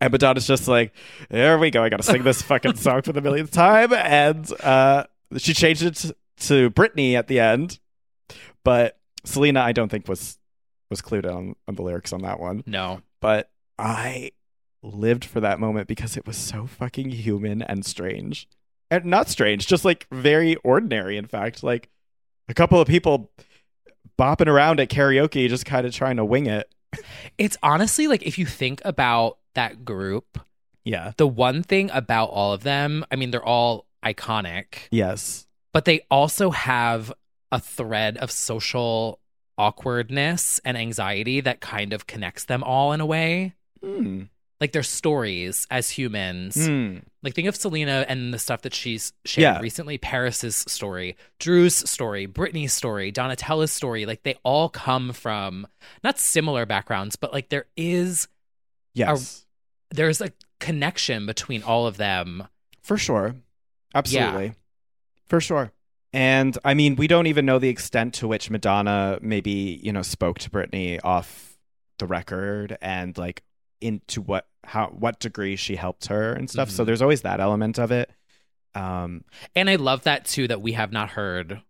[SPEAKER 3] And Madonna's just like, there we go. I got to sing this fucking song for the millionth time. And uh, she changed it to- to Britney at the end. But Selena, I don't think, was was clued in on, on the lyrics on that one
[SPEAKER 2] No.
[SPEAKER 3] but I lived for that moment because it was so fucking human and strange. And not strange, just like very ordinary, in fact. Like a couple of people bopping around at karaoke, just kind of trying to wing it.
[SPEAKER 2] It's honestly like if you think about that group,
[SPEAKER 3] Yeah.
[SPEAKER 2] the one thing about all of them, I mean, they're all iconic,
[SPEAKER 3] Yes.
[SPEAKER 2] but they also have a thread of social awkwardness and anxiety that kind of connects them all in a way.
[SPEAKER 3] Hmm.
[SPEAKER 2] Like their stories as humans.
[SPEAKER 3] Hmm.
[SPEAKER 2] Like think of Selena and the stuff that she's shared
[SPEAKER 3] Yeah.
[SPEAKER 2] recently. Paris's story, Drew's story, Brittany's story, Donatella's story. Like they all come from not similar backgrounds, but like there is
[SPEAKER 3] Yes.
[SPEAKER 2] there's a connection between all of them.
[SPEAKER 3] For sure. Absolutely. For sure. And I mean, we don't even know the extent to which Madonna maybe, you know, spoke to Britney off the record and like into what how what degree she helped her and stuff. So
[SPEAKER 2] Mhm.
[SPEAKER 3] there's always that element of it. Um
[SPEAKER 2] And I love that too that we have not heard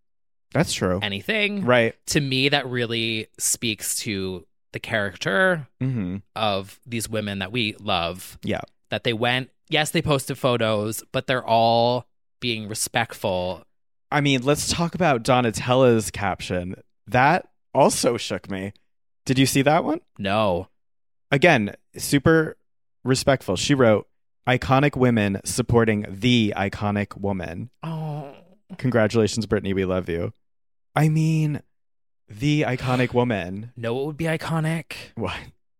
[SPEAKER 3] that's true.
[SPEAKER 2] anything.
[SPEAKER 3] Right.
[SPEAKER 2] To me, that really speaks to the character
[SPEAKER 3] Mm-hmm.
[SPEAKER 2] of these women that we love.
[SPEAKER 3] Yeah.
[SPEAKER 2] That they went, yes, they posted photos, but they're all being respectful.
[SPEAKER 3] I mean, let's talk about Donatella's caption. That also shook me. Did you see that one?
[SPEAKER 2] No.
[SPEAKER 3] again, super respectful. She wrote, "Iconic women supporting the iconic woman."
[SPEAKER 2] Oh.
[SPEAKER 3] Congratulations, Brittany. We love you. I mean, the iconic woman.
[SPEAKER 2] Know what would be iconic?
[SPEAKER 3] What?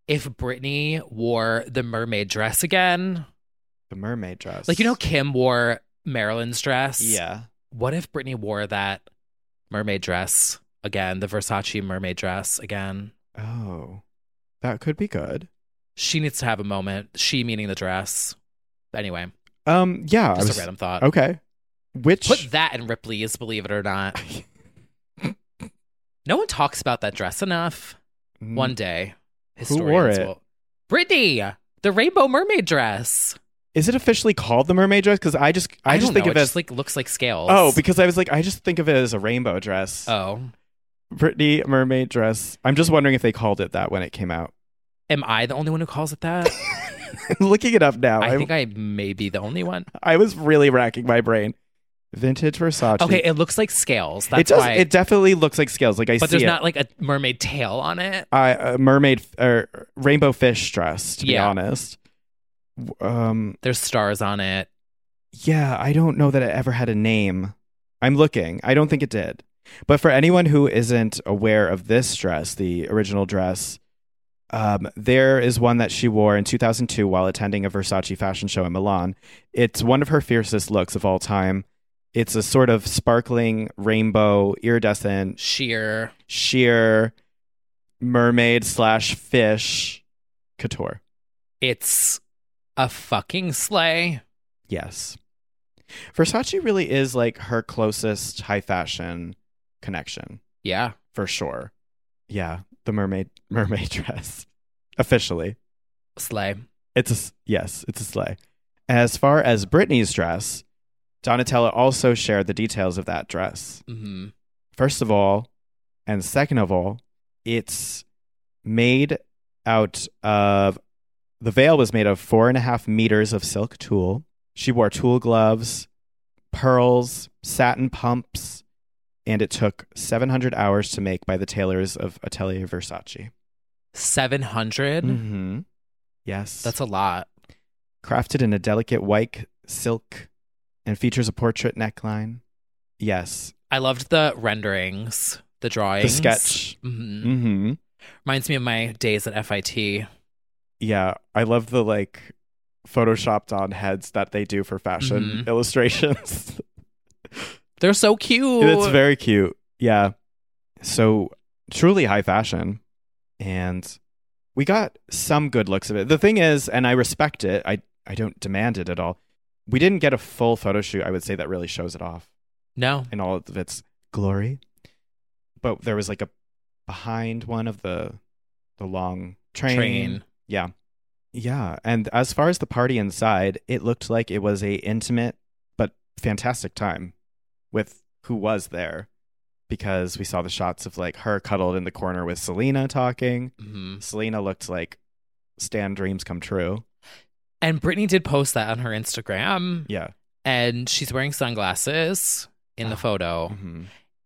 [SPEAKER 2] If Britney wore the mermaid dress again.
[SPEAKER 3] The mermaid dress.
[SPEAKER 2] Like, you know, Kim wore Marilyn's dress.
[SPEAKER 3] Yeah.
[SPEAKER 2] What if Britney wore that mermaid dress again, the Versace mermaid dress again?
[SPEAKER 3] Oh, that could be good.
[SPEAKER 2] She needs to have a moment. She meaning the dress. Anyway,
[SPEAKER 3] Um. Yeah. I
[SPEAKER 2] just
[SPEAKER 3] was-
[SPEAKER 2] a random thought.
[SPEAKER 3] Okay. Which?
[SPEAKER 2] Put that in Ripley's, believe it or not. no one talks about that dress enough. One day,
[SPEAKER 3] Mm. Who
[SPEAKER 2] historians
[SPEAKER 3] wore it?
[SPEAKER 2] will. Britney, the rainbow mermaid dress.
[SPEAKER 3] Is it officially called the mermaid dress? Because I just, I, just
[SPEAKER 2] don't
[SPEAKER 3] think
[SPEAKER 2] know.
[SPEAKER 3] of
[SPEAKER 2] it
[SPEAKER 3] it
[SPEAKER 2] just
[SPEAKER 3] as.
[SPEAKER 2] like looks like scales.
[SPEAKER 3] Oh, because I was like, I just think of it as a rainbow dress.
[SPEAKER 2] oh,
[SPEAKER 3] Brittany mermaid dress. I'm just wondering if they called it that when it came out.
[SPEAKER 2] am I the only one who calls it that?
[SPEAKER 3] looking it up now.
[SPEAKER 2] I
[SPEAKER 3] I,
[SPEAKER 2] think I may be the only one.
[SPEAKER 3] I was really racking my brain. Vintage Versace.
[SPEAKER 2] Okay, it looks like scales. That's
[SPEAKER 3] it does.
[SPEAKER 2] why.
[SPEAKER 3] It definitely looks like scales. Like I
[SPEAKER 2] but
[SPEAKER 3] see
[SPEAKER 2] there's
[SPEAKER 3] it.
[SPEAKER 2] not like a mermaid tail on it.
[SPEAKER 3] I- a mermaid or rainbow fish dress. To
[SPEAKER 2] Yeah.
[SPEAKER 3] be honest. W- Um.
[SPEAKER 2] There's stars on it.
[SPEAKER 3] Yeah, I don't know that it ever had a name. I'm looking. I don't think it did. But for anyone who isn't aware of this dress, the original dress, um, there is one that she wore in 2002 while attending a Versace fashion show in Milan. It's one of her fiercest looks of all time. It's a sort of sparkling, rainbow, iridescent,
[SPEAKER 2] Sheer.
[SPEAKER 3] sheer mermaid slash fish couture.
[SPEAKER 2] It's a fucking sleigh.
[SPEAKER 3] Yes. Versace really is like her closest high fashion connection
[SPEAKER 2] Yeah.
[SPEAKER 3] for sure. Yeah, the mermaid mermaid dress. Officially.
[SPEAKER 2] Sleigh.
[SPEAKER 3] It's a s- yes, it's a sleigh. As far as Britney's dress, Donatella also shared the details of that dress.
[SPEAKER 2] hmm
[SPEAKER 3] First of all, and second of all, it's made out of the veil was made of four and a half meters of silk tulle. She wore tulle gloves, pearls, satin pumps. and it took 700 hours to make by the tailors of Atelier Versace.
[SPEAKER 2] 700?
[SPEAKER 3] Mm-hmm. Yes.
[SPEAKER 2] That's a lot.
[SPEAKER 3] crafted in a delicate white silk and features a portrait neckline. Yes.
[SPEAKER 2] I loved the renderings, the drawings.
[SPEAKER 3] sketch.
[SPEAKER 2] Mhm.
[SPEAKER 3] Mm-hmm.
[SPEAKER 2] Reminds me of my days at FIT.
[SPEAKER 3] Yeah. I love the like photoshopped on heads that they do for fashion
[SPEAKER 2] Mhm.
[SPEAKER 3] illustrations.
[SPEAKER 2] They're so cute.
[SPEAKER 3] it's very cute. Yeah. So truly high fashion. And we got some good looks of it. The thing is, and I respect it, I, I don't demand it at all. We didn't get a full photo shoot, I would say, that really shows it off.
[SPEAKER 2] No.
[SPEAKER 3] in all of its glory. But there was like a behind one of the the long train.
[SPEAKER 2] Train.
[SPEAKER 3] Yeah. Yeah, and as far as the party inside, it looked like it was a intimate but fantastic time with who was there because we saw the shots of like her cuddled in the corner with Selena talking.
[SPEAKER 2] Mhm.
[SPEAKER 3] Selena looked like Stan dreams come true.
[SPEAKER 2] And Brittany did post that on her Instagram.
[SPEAKER 3] Yeah.
[SPEAKER 2] And she's wearing sunglasses in the photo.
[SPEAKER 3] Mm-hmm.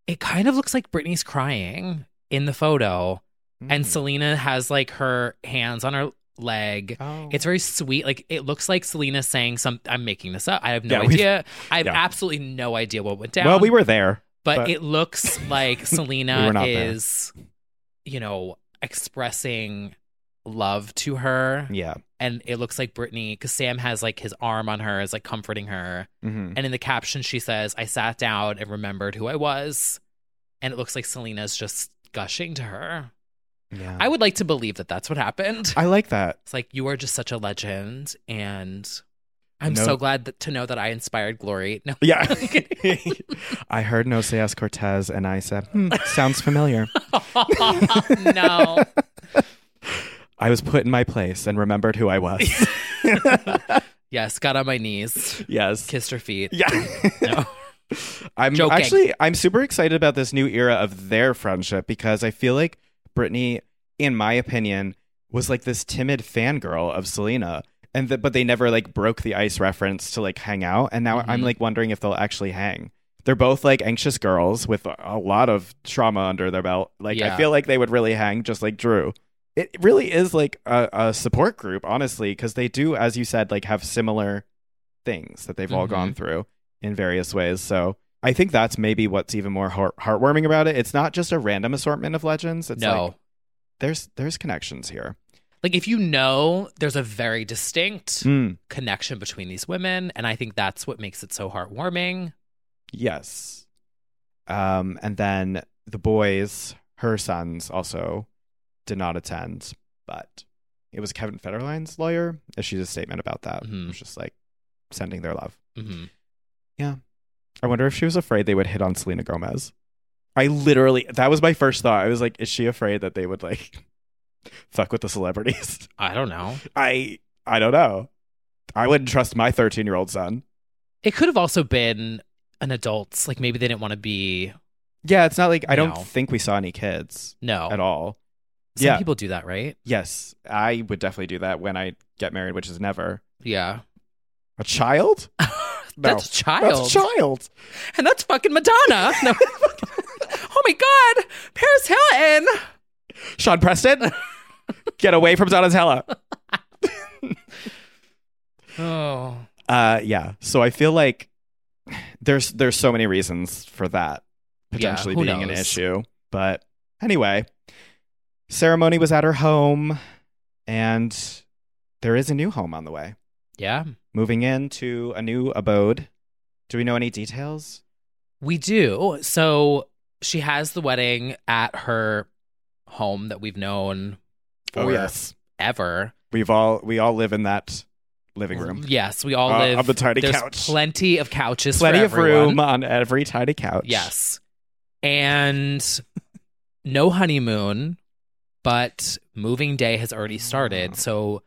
[SPEAKER 2] It kind of looks like Brittany's crying in the photo.
[SPEAKER 3] Mm. Mm-hmm.
[SPEAKER 2] And Selena has like her hands on her leg.
[SPEAKER 3] oh.
[SPEAKER 2] It's very sweet. Like it looks like Selena saying some. I'm making this up. I have no
[SPEAKER 3] Yeah, we-
[SPEAKER 2] idea. I have
[SPEAKER 3] yeah.
[SPEAKER 2] absolutely no idea what went down.
[SPEAKER 3] Well, we were there.
[SPEAKER 2] but,
[SPEAKER 3] but-
[SPEAKER 2] it looks like
[SPEAKER 3] We
[SPEAKER 2] Selena
[SPEAKER 3] were not there.
[SPEAKER 2] is, you know, expressing love to her,
[SPEAKER 3] Yeah.
[SPEAKER 2] and it looks like Brittany because Sam has like his arm on her, is like comforting her,
[SPEAKER 3] Mm-hmm.
[SPEAKER 2] and in the caption she says, "I sat down and remembered who I was," and it looks like Selena's just gushing to her.
[SPEAKER 3] Yeah.
[SPEAKER 2] I would like to believe that that's what happened.
[SPEAKER 3] I like that.
[SPEAKER 2] It's like you are just such a legend, and I'm
[SPEAKER 3] No.
[SPEAKER 2] so glad that, to know that I inspired Glory. No,
[SPEAKER 3] Yeah. I heard No Seas Cortez and I said, hmm, sounds familiar.
[SPEAKER 2] no.
[SPEAKER 3] I was put in my place and remembered who I was.
[SPEAKER 2] Yes, got on my knees,
[SPEAKER 3] yes.
[SPEAKER 2] kissed her feet.
[SPEAKER 3] Yeah.
[SPEAKER 2] No.
[SPEAKER 3] I'm
[SPEAKER 2] Joking.
[SPEAKER 3] actually I'm super excited about this new era of their friendship because I feel like Brittany, in my opinion, was like this timid fangirl of Selena. And that but they never like broke the ice reference to like hang out. And now I'm
[SPEAKER 2] Mhm.
[SPEAKER 3] like wondering if they'll actually hang. They're both like anxious girls with a- a lot of trauma under their belt. Like
[SPEAKER 2] Yeah.
[SPEAKER 3] I feel like they would really hang just like Drew. It really is like a, a support group, honestly, because they do, as you said, like have similar things that they've all
[SPEAKER 2] Mhm.
[SPEAKER 3] gone through in various ways. So I think that's maybe what's even more heart- heartwarming about it. It's not just a random assortment of legends. It's
[SPEAKER 2] no.
[SPEAKER 3] like
[SPEAKER 2] Like,
[SPEAKER 3] there's there's connections here.
[SPEAKER 2] if you know, there's a very distinct
[SPEAKER 3] Mm,
[SPEAKER 2] connection between these women. And I think that's what makes it so heartwarming.
[SPEAKER 3] yes. Um, and then the boys, her sons, also did not attend, but it was Kevin Federline's lawyer issued a statement about that.
[SPEAKER 2] Mhm.
[SPEAKER 3] It was just like sending their love.
[SPEAKER 2] Mhm.
[SPEAKER 3] I wonder if she was afraid they would hit on Selena Gomez. I literally, that was my first thought. I was like, is she afraid that they would like fuck with the celebrities?
[SPEAKER 2] I don't know.
[SPEAKER 3] I, I don't know. I wouldn't trust my 13 year old son.
[SPEAKER 2] It could have also been an adult. Like maybe they didn't want to be.
[SPEAKER 3] Yeah, it's not like I don't
[SPEAKER 2] No.
[SPEAKER 3] think we saw any kids
[SPEAKER 2] No.
[SPEAKER 3] at all.
[SPEAKER 2] Some
[SPEAKER 3] yeah.
[SPEAKER 2] people do that, right?
[SPEAKER 3] Yes, I would definitely do that when I get married, which is never.
[SPEAKER 2] Yeah.
[SPEAKER 3] A child?
[SPEAKER 2] That's a child.
[SPEAKER 3] That's a child.
[SPEAKER 2] and that's fucking Madonna. No. oh my God. Paris Hilton.
[SPEAKER 3] Sean Preston, get away from Donatella.
[SPEAKER 2] Oh.
[SPEAKER 3] Uh, yeah. So I feel like there's there's so many reasons for that potentially
[SPEAKER 2] who
[SPEAKER 3] being an
[SPEAKER 2] knows?
[SPEAKER 3] issue. But anyway, ceremony was at her home, and there is a new home on the way.
[SPEAKER 2] Yeah.
[SPEAKER 3] Moving into a new abode. Do we know any details?
[SPEAKER 2] We do. Oh, So she has the wedding at her home that we've known
[SPEAKER 3] Oh yes,
[SPEAKER 2] forever.
[SPEAKER 3] we've all we all live in that living room.
[SPEAKER 2] Yes, we all
[SPEAKER 3] Uh,
[SPEAKER 2] live
[SPEAKER 3] on the tiny
[SPEAKER 2] There's
[SPEAKER 3] couch.
[SPEAKER 2] Plenty of couches. for
[SPEAKER 3] Plenty of
[SPEAKER 2] everyone.
[SPEAKER 3] room on every tiny couch.
[SPEAKER 2] Yes, and no honeymoon, but moving day has already started. So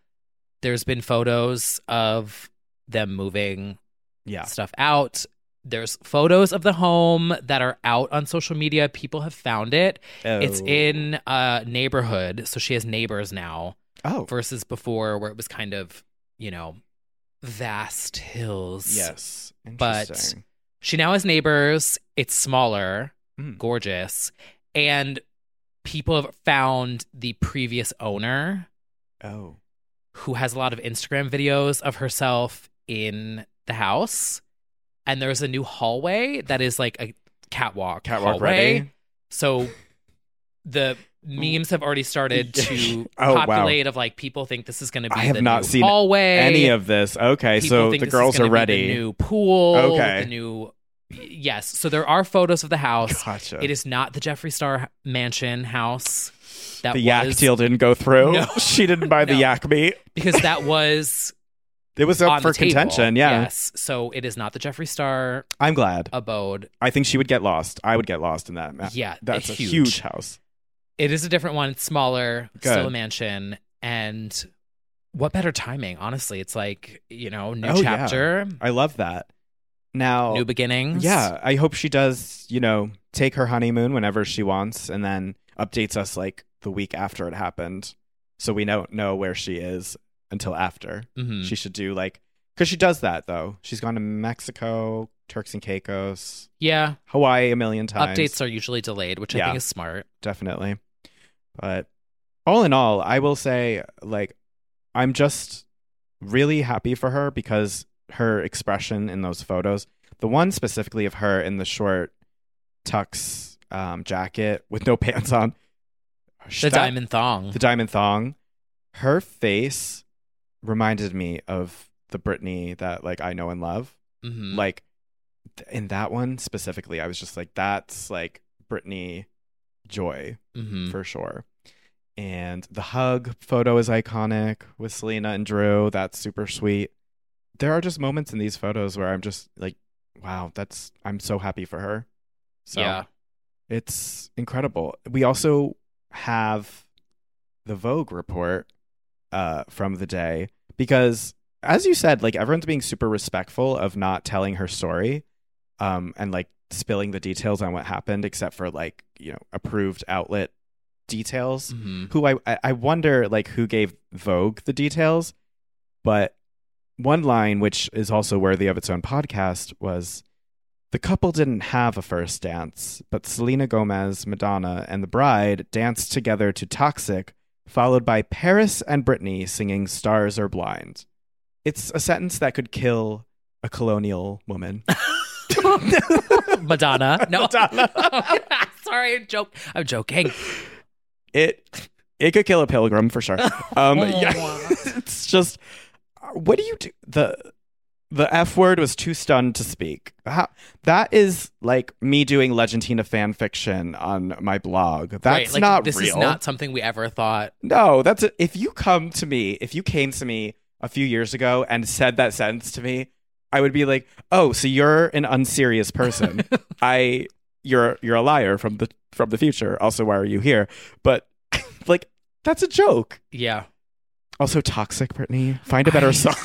[SPEAKER 2] there's been photos of them moving
[SPEAKER 3] Yeah.
[SPEAKER 2] stuff out. There's photos of the home that are out on social media. People have found it. It's
[SPEAKER 3] Oh.
[SPEAKER 2] in a neighborhood, so she has neighbors now
[SPEAKER 3] Oh.
[SPEAKER 2] versus before where it was kind of, you know, vast hills.
[SPEAKER 3] yes.
[SPEAKER 2] But-
[SPEAKER 3] Interesting.
[SPEAKER 2] She now has neighbors. It's smaller.
[SPEAKER 3] Mm.
[SPEAKER 2] gorgeous. And people have found the previous owner
[SPEAKER 3] Oh.
[SPEAKER 2] who has a lot of Instagram videos of herself in the house. And there's a new hallway that is like a catwalk.
[SPEAKER 3] Catwalk
[SPEAKER 2] hallway.
[SPEAKER 3] ready?
[SPEAKER 2] So the memes have already started to
[SPEAKER 3] Oh, wow.
[SPEAKER 2] populate of like people think this is going to be
[SPEAKER 3] I have
[SPEAKER 2] the
[SPEAKER 3] not
[SPEAKER 2] new
[SPEAKER 3] seen
[SPEAKER 2] hallway.
[SPEAKER 3] Any of this. Okay,
[SPEAKER 2] People
[SPEAKER 3] so
[SPEAKER 2] think
[SPEAKER 3] the
[SPEAKER 2] this is
[SPEAKER 3] girls
[SPEAKER 2] gonna
[SPEAKER 3] are
[SPEAKER 2] be
[SPEAKER 3] ready.
[SPEAKER 2] The new pool.
[SPEAKER 3] Okay.
[SPEAKER 2] The new yes. So there are photos of the house.
[SPEAKER 3] Gotcha.
[SPEAKER 2] It is not the Jeffree Star mansion house. That
[SPEAKER 3] the yak
[SPEAKER 2] was,
[SPEAKER 3] deal didn't go through.
[SPEAKER 2] No.
[SPEAKER 3] she didn't buy the
[SPEAKER 2] No.
[SPEAKER 3] yak meat.
[SPEAKER 2] because that was
[SPEAKER 3] It was
[SPEAKER 2] on
[SPEAKER 3] up for
[SPEAKER 2] the table.
[SPEAKER 3] contention. Yeah.
[SPEAKER 2] Yes. So it is not the Jeffree Star
[SPEAKER 3] I'm glad.
[SPEAKER 2] abode.
[SPEAKER 3] I think she would get lost. I would get lost in that. ma-
[SPEAKER 2] Yeah,
[SPEAKER 3] That's a
[SPEAKER 2] huge.
[SPEAKER 3] huge, house.
[SPEAKER 2] It is a different one. It's smaller, still a
[SPEAKER 3] Good.
[SPEAKER 2] mansion, and what better timing? Honestly, it's like you know, new
[SPEAKER 3] Oh, yeah.
[SPEAKER 2] chapter,
[SPEAKER 3] I love that. Now,
[SPEAKER 2] new beginnings.
[SPEAKER 3] yeah, I hope she does, you know, take her honeymoon whenever she wants and then updates us like the week after it happened. So we don't know where she is until after.
[SPEAKER 2] Mhm.
[SPEAKER 3] She should do like, because she does that though. She's gone to Mexico, Turks and Caicos,
[SPEAKER 2] yeah.
[SPEAKER 3] Hawaii a million times.
[SPEAKER 2] Updates are usually delayed, which I
[SPEAKER 3] Yeah.
[SPEAKER 2] think is smart.
[SPEAKER 3] definitely. But all in all, I will say, like, I'm just really happy for her because her expression in those photos, the one specifically of her in the short tux um, jacket with no pants on,
[SPEAKER 2] The
[SPEAKER 3] that-
[SPEAKER 2] diamond thong.
[SPEAKER 3] the diamond thong, her face reminded me of the Britney that like I know and love.
[SPEAKER 2] Mhm.
[SPEAKER 3] Like th- in that one specifically, I was just like, that's like Britney joy
[SPEAKER 2] Mhm.
[SPEAKER 3] for sure. And the hug photo is iconic with Selena and Drew. That's super sweet. There are just moments in these photos where I'm just like, wow, that's, I'm so happy for her. So
[SPEAKER 2] Yeah.
[SPEAKER 3] it's incredible. We also have the Vogue report uh, from the day because, as you said, like everyone's being super respectful of not telling her story um, and like spilling the details on what happened, except for like, you know, approved outlet details.
[SPEAKER 2] Mhm.
[SPEAKER 3] Who I, I- I wonder like who gave Vogue the details, but one line which is also worthy of its own podcast was the couple didn't have a first dance, but Selena Gomez, Madonna, and the bride danced together to Toxic, followed by Paris and Britney singing Stars Are Blind. It's a sentence that could kill a colonial woman.
[SPEAKER 2] Mm-hmm. Madonna. No.
[SPEAKER 3] Madonna.
[SPEAKER 2] Sorry, I'm, joke- I'm joking.
[SPEAKER 3] It it could kill a pilgrim for sure. Um,
[SPEAKER 2] Oh,
[SPEAKER 3] yeah, it's just what do you do? the The f word was too stunned to speak. How, that is like me doing Legendina fan fiction on my blog. That's
[SPEAKER 2] Right, like,
[SPEAKER 3] not
[SPEAKER 2] This
[SPEAKER 3] real.
[SPEAKER 2] is not something we ever thought.
[SPEAKER 3] no, that's a, if you come to me, if you came to me a few years ago and said that sentence to me, I would be like, "Oh, so you're an unserious person. I you're you're a liar from the from the future. Also, why are you here?" But like that's a joke.
[SPEAKER 2] Yeah.
[SPEAKER 3] Also toxic, Brittany. Find a better song.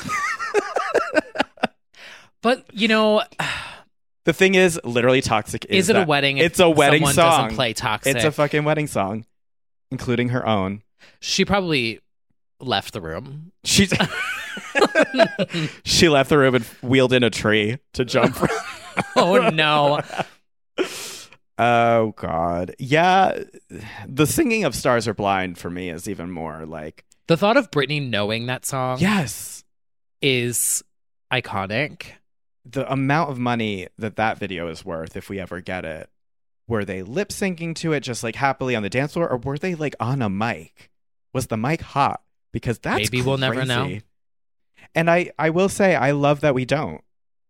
[SPEAKER 2] But, you know,
[SPEAKER 3] The thing is, literally toxic is
[SPEAKER 2] is, it a
[SPEAKER 3] that-
[SPEAKER 2] wedding? if
[SPEAKER 3] It's a wedding
[SPEAKER 2] someone
[SPEAKER 3] song.
[SPEAKER 2] doesn't play toxic.
[SPEAKER 3] It's a fucking wedding song, including her own.
[SPEAKER 2] she probably left the room.
[SPEAKER 3] She's she left the room and wheeled in a tree to jump. from.
[SPEAKER 2] Oh, no.
[SPEAKER 3] oh God, yeah. The singing of "Stars Are Blind" for me is even more like
[SPEAKER 2] the thought of Britney knowing that song
[SPEAKER 3] yes.
[SPEAKER 2] is iconic.
[SPEAKER 3] The amount of money that that video is worth, if we ever get it, were they lip syncing to it just like happily on the dance floor, or were they like on a mic? Was the mic hot? Because that's
[SPEAKER 2] Maybe we'll never know.
[SPEAKER 3] crazy. And I, I will say, I love that we don't.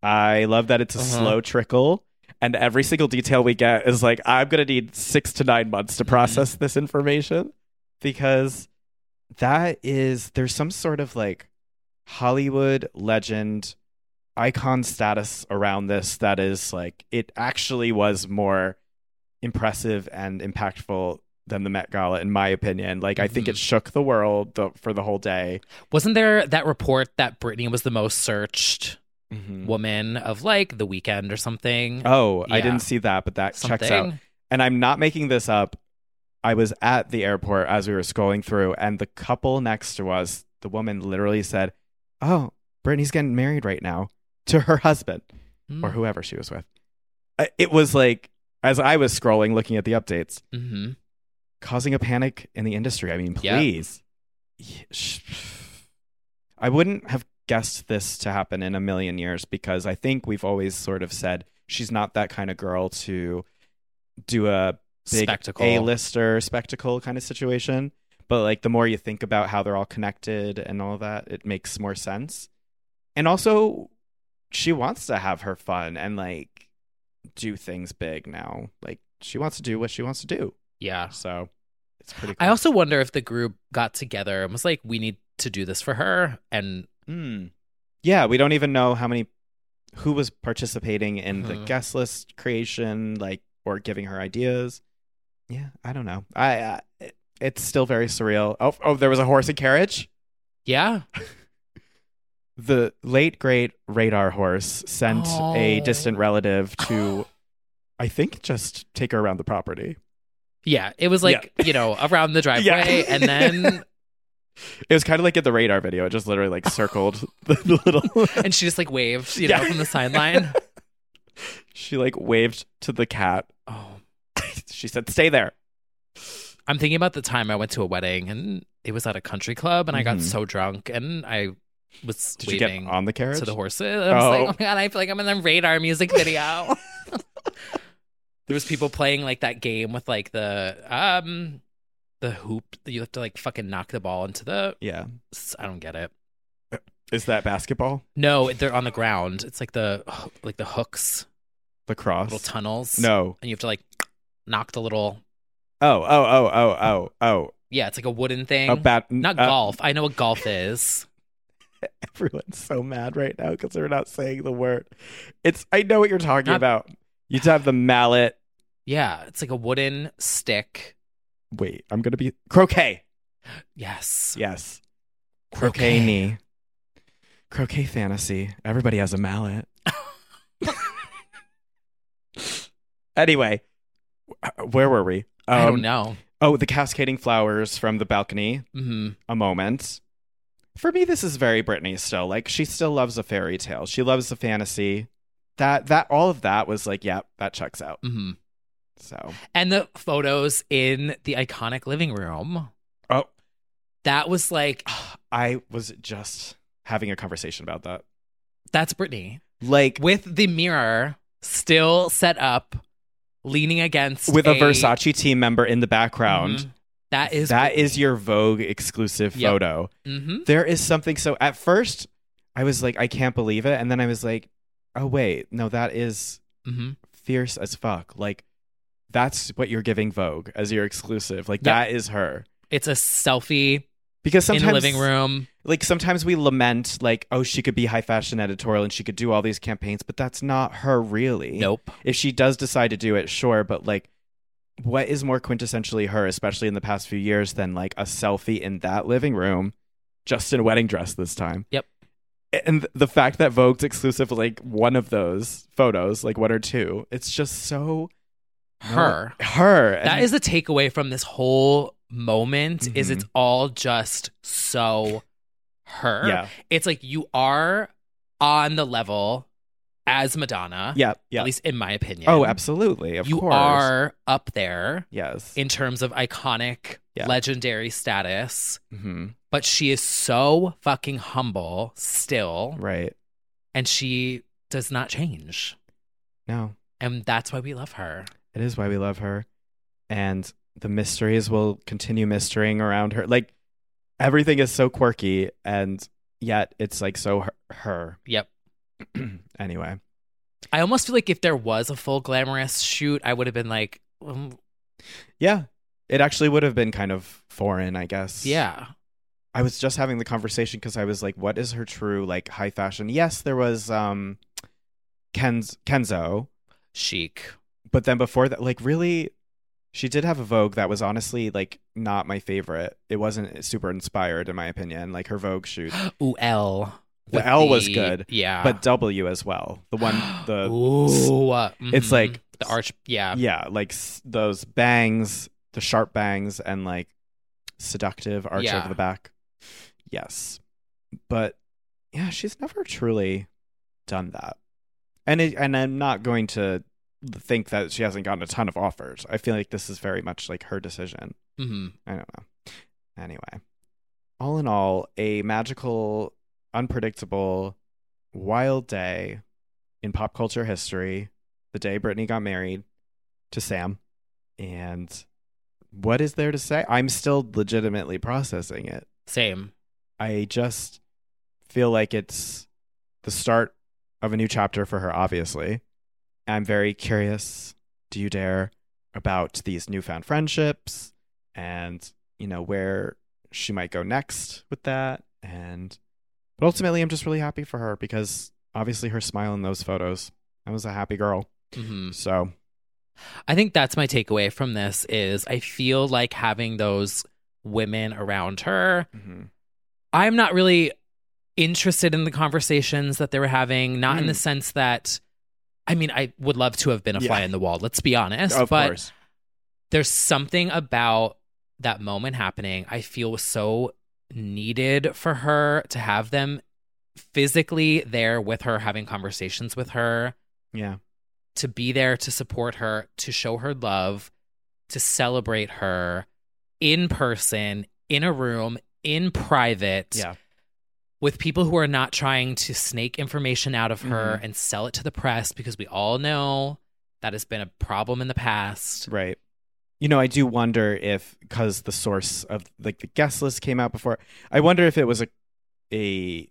[SPEAKER 3] I love that it's a
[SPEAKER 2] Uh-huh.
[SPEAKER 3] slow trickle, and every single detail we get is like, I'm gonna need six to nine months to process this information because that is there's some sort of like Hollywood legend icon status around this that is like it actually was more impressive and impactful than the Met Gala, in my opinion. Like, I think
[SPEAKER 2] Mhm.
[SPEAKER 3] it shook the world the, for the whole day.
[SPEAKER 2] Wasn't there that report that Britney was the most searched
[SPEAKER 3] Mm.
[SPEAKER 2] woman of like the weekend or something?
[SPEAKER 3] Oh, I
[SPEAKER 2] Mm-hmm. Yeah.
[SPEAKER 3] didn't see that, but that
[SPEAKER 2] something.
[SPEAKER 3] checks out. And I'm not making this up. I was at the airport as we were scrolling through, and the couple next to us, the woman literally said, Oh, Brittany's getting married right now to her husband
[SPEAKER 2] Hmm.
[SPEAKER 3] or whoever she was with. Uh, It was like, as I was scrolling, looking at the updates,
[SPEAKER 2] hmm
[SPEAKER 3] causing a panic in the industry. I mean,
[SPEAKER 2] Yeah.
[SPEAKER 3] please. Y- sh- I wouldn't have guessed this to happen in a million years because I think we've always sort of said she's not that kind of girl to do a big
[SPEAKER 2] Spectacle.
[SPEAKER 3] A-lister spectacle kind of situation. But like the more you think about how they're all connected and all that, it makes more sense. And also she wants to have her fun and like do things big now. Like she wants to do what she wants to do.
[SPEAKER 2] Yeah.
[SPEAKER 3] So it's pretty cool.
[SPEAKER 2] I also wonder if the group got together and was like, we need to do this for her. And
[SPEAKER 3] Hmm. Yeah, we don't even know how many who was participating in the
[SPEAKER 2] Mhm.
[SPEAKER 3] guest list creation like or giving her ideas. Yeah, I don't know. I uh, it- it's still very surreal. Oh, oh, there was a horse and carriage.
[SPEAKER 2] yeah.
[SPEAKER 3] The late great radar horse sent
[SPEAKER 2] Oh.
[SPEAKER 3] a distant relative to I think just take her around the property.
[SPEAKER 2] Yeah. It was like, you know, around the driveway. And then,
[SPEAKER 3] It was kind of like at the radar video. It just literally like circled the little
[SPEAKER 2] and she just like waved, you know,
[SPEAKER 3] Yeah.
[SPEAKER 2] from the sideline.
[SPEAKER 3] She like waved to the cat.
[SPEAKER 2] Oh,
[SPEAKER 3] She said, "Stay there."
[SPEAKER 2] I'm thinking about the time I went to a wedding and it was at a country club and I got
[SPEAKER 3] Mhm.
[SPEAKER 2] so drunk and I was
[SPEAKER 3] Did you
[SPEAKER 2] waving
[SPEAKER 3] get on the carriage?
[SPEAKER 2] to the horses. I was like, oh my God, I feel like I'm in the radar music video. there was people playing like that game with like the, um, the hoop that you have to like fucking knock the ball into the,
[SPEAKER 3] Yeah.
[SPEAKER 2] I don't get it.
[SPEAKER 3] Is that basketball?
[SPEAKER 2] No, they're on the ground. It's like the like the hooks,
[SPEAKER 3] Lacrosse?
[SPEAKER 2] little tunnels.
[SPEAKER 3] no.
[SPEAKER 2] and you have to like knock the little.
[SPEAKER 3] Oh, oh, oh, oh, oh, oh.
[SPEAKER 2] Yeah, it's like a wooden thing.
[SPEAKER 3] A bat.
[SPEAKER 2] Not
[SPEAKER 3] uh,
[SPEAKER 2] golf. I know what golf is.
[SPEAKER 3] Everyone's so mad right now because they're not saying the word. It's. I know what you're talking
[SPEAKER 2] Not-
[SPEAKER 3] about. You have the mallet.
[SPEAKER 2] Yeah, it's like a wooden stick.
[SPEAKER 3] Wait, I'm gonna be croquet.
[SPEAKER 2] Yes.
[SPEAKER 3] Yes.
[SPEAKER 2] Croquet.
[SPEAKER 3] knee. Croquet fantasy. Everybody has a mallet. anyway, wh- where were we?
[SPEAKER 2] I
[SPEAKER 3] Um,
[SPEAKER 2] don't know.
[SPEAKER 3] Oh, the cascading flowers from the balcony.
[SPEAKER 2] hmm
[SPEAKER 3] A moment. For me, this is very Britney still. Like she still loves a fairy tale. She loves a fantasy. That that all of that was like, yeah, that checks out.
[SPEAKER 2] hmm
[SPEAKER 3] So
[SPEAKER 2] And the photos in the iconic living room.
[SPEAKER 3] Oh.
[SPEAKER 2] That was like
[SPEAKER 3] I was just having a conversation about that.
[SPEAKER 2] that's Brittany
[SPEAKER 3] Like
[SPEAKER 2] with the mirror still set up, leaning against
[SPEAKER 3] with a Mm-hmm. Versace team member in the background.
[SPEAKER 2] Mhm. That is
[SPEAKER 3] that is your Vogue exclusive
[SPEAKER 2] Yep.
[SPEAKER 3] photo.
[SPEAKER 2] hmm
[SPEAKER 3] There is something so at first I was like, I can't believe it. And then I was like, oh wait, no, that is
[SPEAKER 2] hmm
[SPEAKER 3] fierce as fuck. Like that's what you're giving Vogue as your exclusive. Like
[SPEAKER 2] Yeah.
[SPEAKER 3] that is her.
[SPEAKER 2] It's a selfie
[SPEAKER 3] Because
[SPEAKER 2] in
[SPEAKER 3] sometimes
[SPEAKER 2] the living room.
[SPEAKER 3] like sometimes we lament like oh she could be high fashion editorial and she could do all these campaigns, but that's not her really.
[SPEAKER 2] Nope.
[SPEAKER 3] If she does decide to do it, sure, but like what is more quintessentially her, especially in the past few years, than like a selfie in that living room, just in a wedding dress this time.
[SPEAKER 2] Yep.
[SPEAKER 3] And th- the fact that Vogue's exclusive like one of those photos, like one or two, it's just so
[SPEAKER 2] Her.
[SPEAKER 3] her. And-
[SPEAKER 2] That is the takeaway from this whole moment is
[SPEAKER 3] Mhm.
[SPEAKER 2] it's all just so her.
[SPEAKER 3] Yeah.
[SPEAKER 2] It's like you are on the level as Madonna.
[SPEAKER 3] Yeah. Yeah.
[SPEAKER 2] At least in my opinion.
[SPEAKER 3] oh, absolutely. Of
[SPEAKER 2] you
[SPEAKER 3] course.
[SPEAKER 2] are up there
[SPEAKER 3] Yes.
[SPEAKER 2] in terms of iconic,
[SPEAKER 3] Yeah.
[SPEAKER 2] legendary status.
[SPEAKER 3] hmm
[SPEAKER 2] But she is so fucking humble still,
[SPEAKER 3] Right.
[SPEAKER 2] and she does not change.
[SPEAKER 3] No,
[SPEAKER 2] And that's why we love her.
[SPEAKER 3] it is why we love her. And the mysteries will continue mystering around her. Like everything is so quirky and yet it's like so her. her.
[SPEAKER 2] Yep.
[SPEAKER 3] anyway.
[SPEAKER 2] I almost feel like if there was a full glamorous shoot, I would have been like, um,
[SPEAKER 3] Yeah. It actually would have been kind of foreign, I guess.
[SPEAKER 2] yeah,
[SPEAKER 3] I was just having the conversation because I was like, what is her true like high fashion? Yes, there was um Ken's Kenzo.
[SPEAKER 2] chic.
[SPEAKER 3] but then before that like really she did have a vogue that was honestly like not my favorite it wasn't super inspired in my opinion like her vogue shoot
[SPEAKER 2] Ooh, L.
[SPEAKER 3] The
[SPEAKER 2] With
[SPEAKER 3] L was good,
[SPEAKER 2] Yeah.
[SPEAKER 3] but w as well the one the
[SPEAKER 2] Ooh. uh,
[SPEAKER 3] it's
[SPEAKER 2] mhm.
[SPEAKER 3] like-
[SPEAKER 2] the arch. Yeah.
[SPEAKER 3] yeah like s- those bangs the sharp bangs and like seductive arch
[SPEAKER 2] Yeah.
[SPEAKER 3] over the back yes but yeah she's never truly done that and it, and i'm not going to think that she hasn't gotten a ton of offers. I feel like this is very much like her decision.
[SPEAKER 2] hmm
[SPEAKER 3] I don't know. Anyway, all in all, a magical, unpredictable, wild day in pop culture history. The day Brittany got married to Sam. And what is there to say? I'm still legitimately processing it.
[SPEAKER 2] Same.
[SPEAKER 3] I just feel like it's the start of a new chapter for her, obviously. I'm very curious, do you dare, about these newfound friendships and, you know, where she might go next with that. And, but ultimately, I'm just really happy for her because obviously her smile in those photos, I was a happy girl.
[SPEAKER 2] hmm
[SPEAKER 3] So,
[SPEAKER 2] I think that's my takeaway from this is I feel like having those women around her. I'm not really interested in the conversations that they were having, not in the
[SPEAKER 3] Mm.
[SPEAKER 2] sense that I mean, I would love to have been a
[SPEAKER 3] Yeah.
[SPEAKER 2] fly in the wall, let's be honest,
[SPEAKER 3] of
[SPEAKER 2] but
[SPEAKER 3] course.
[SPEAKER 2] there's something about that moment happening I feel was so needed for her to have them physically there with her having conversations with her
[SPEAKER 3] Yeah.
[SPEAKER 2] to be there to support her, to show her love, to celebrate her in person, in a room, in private,
[SPEAKER 3] Yeah.
[SPEAKER 2] with people who are not trying to snake information out of her
[SPEAKER 3] Mm-hmm.
[SPEAKER 2] and sell it to the press because we all know that has been a problem in the past.
[SPEAKER 3] Right. You know, I do wonder if because the source of like the guest list came out before, I wonder if it was a a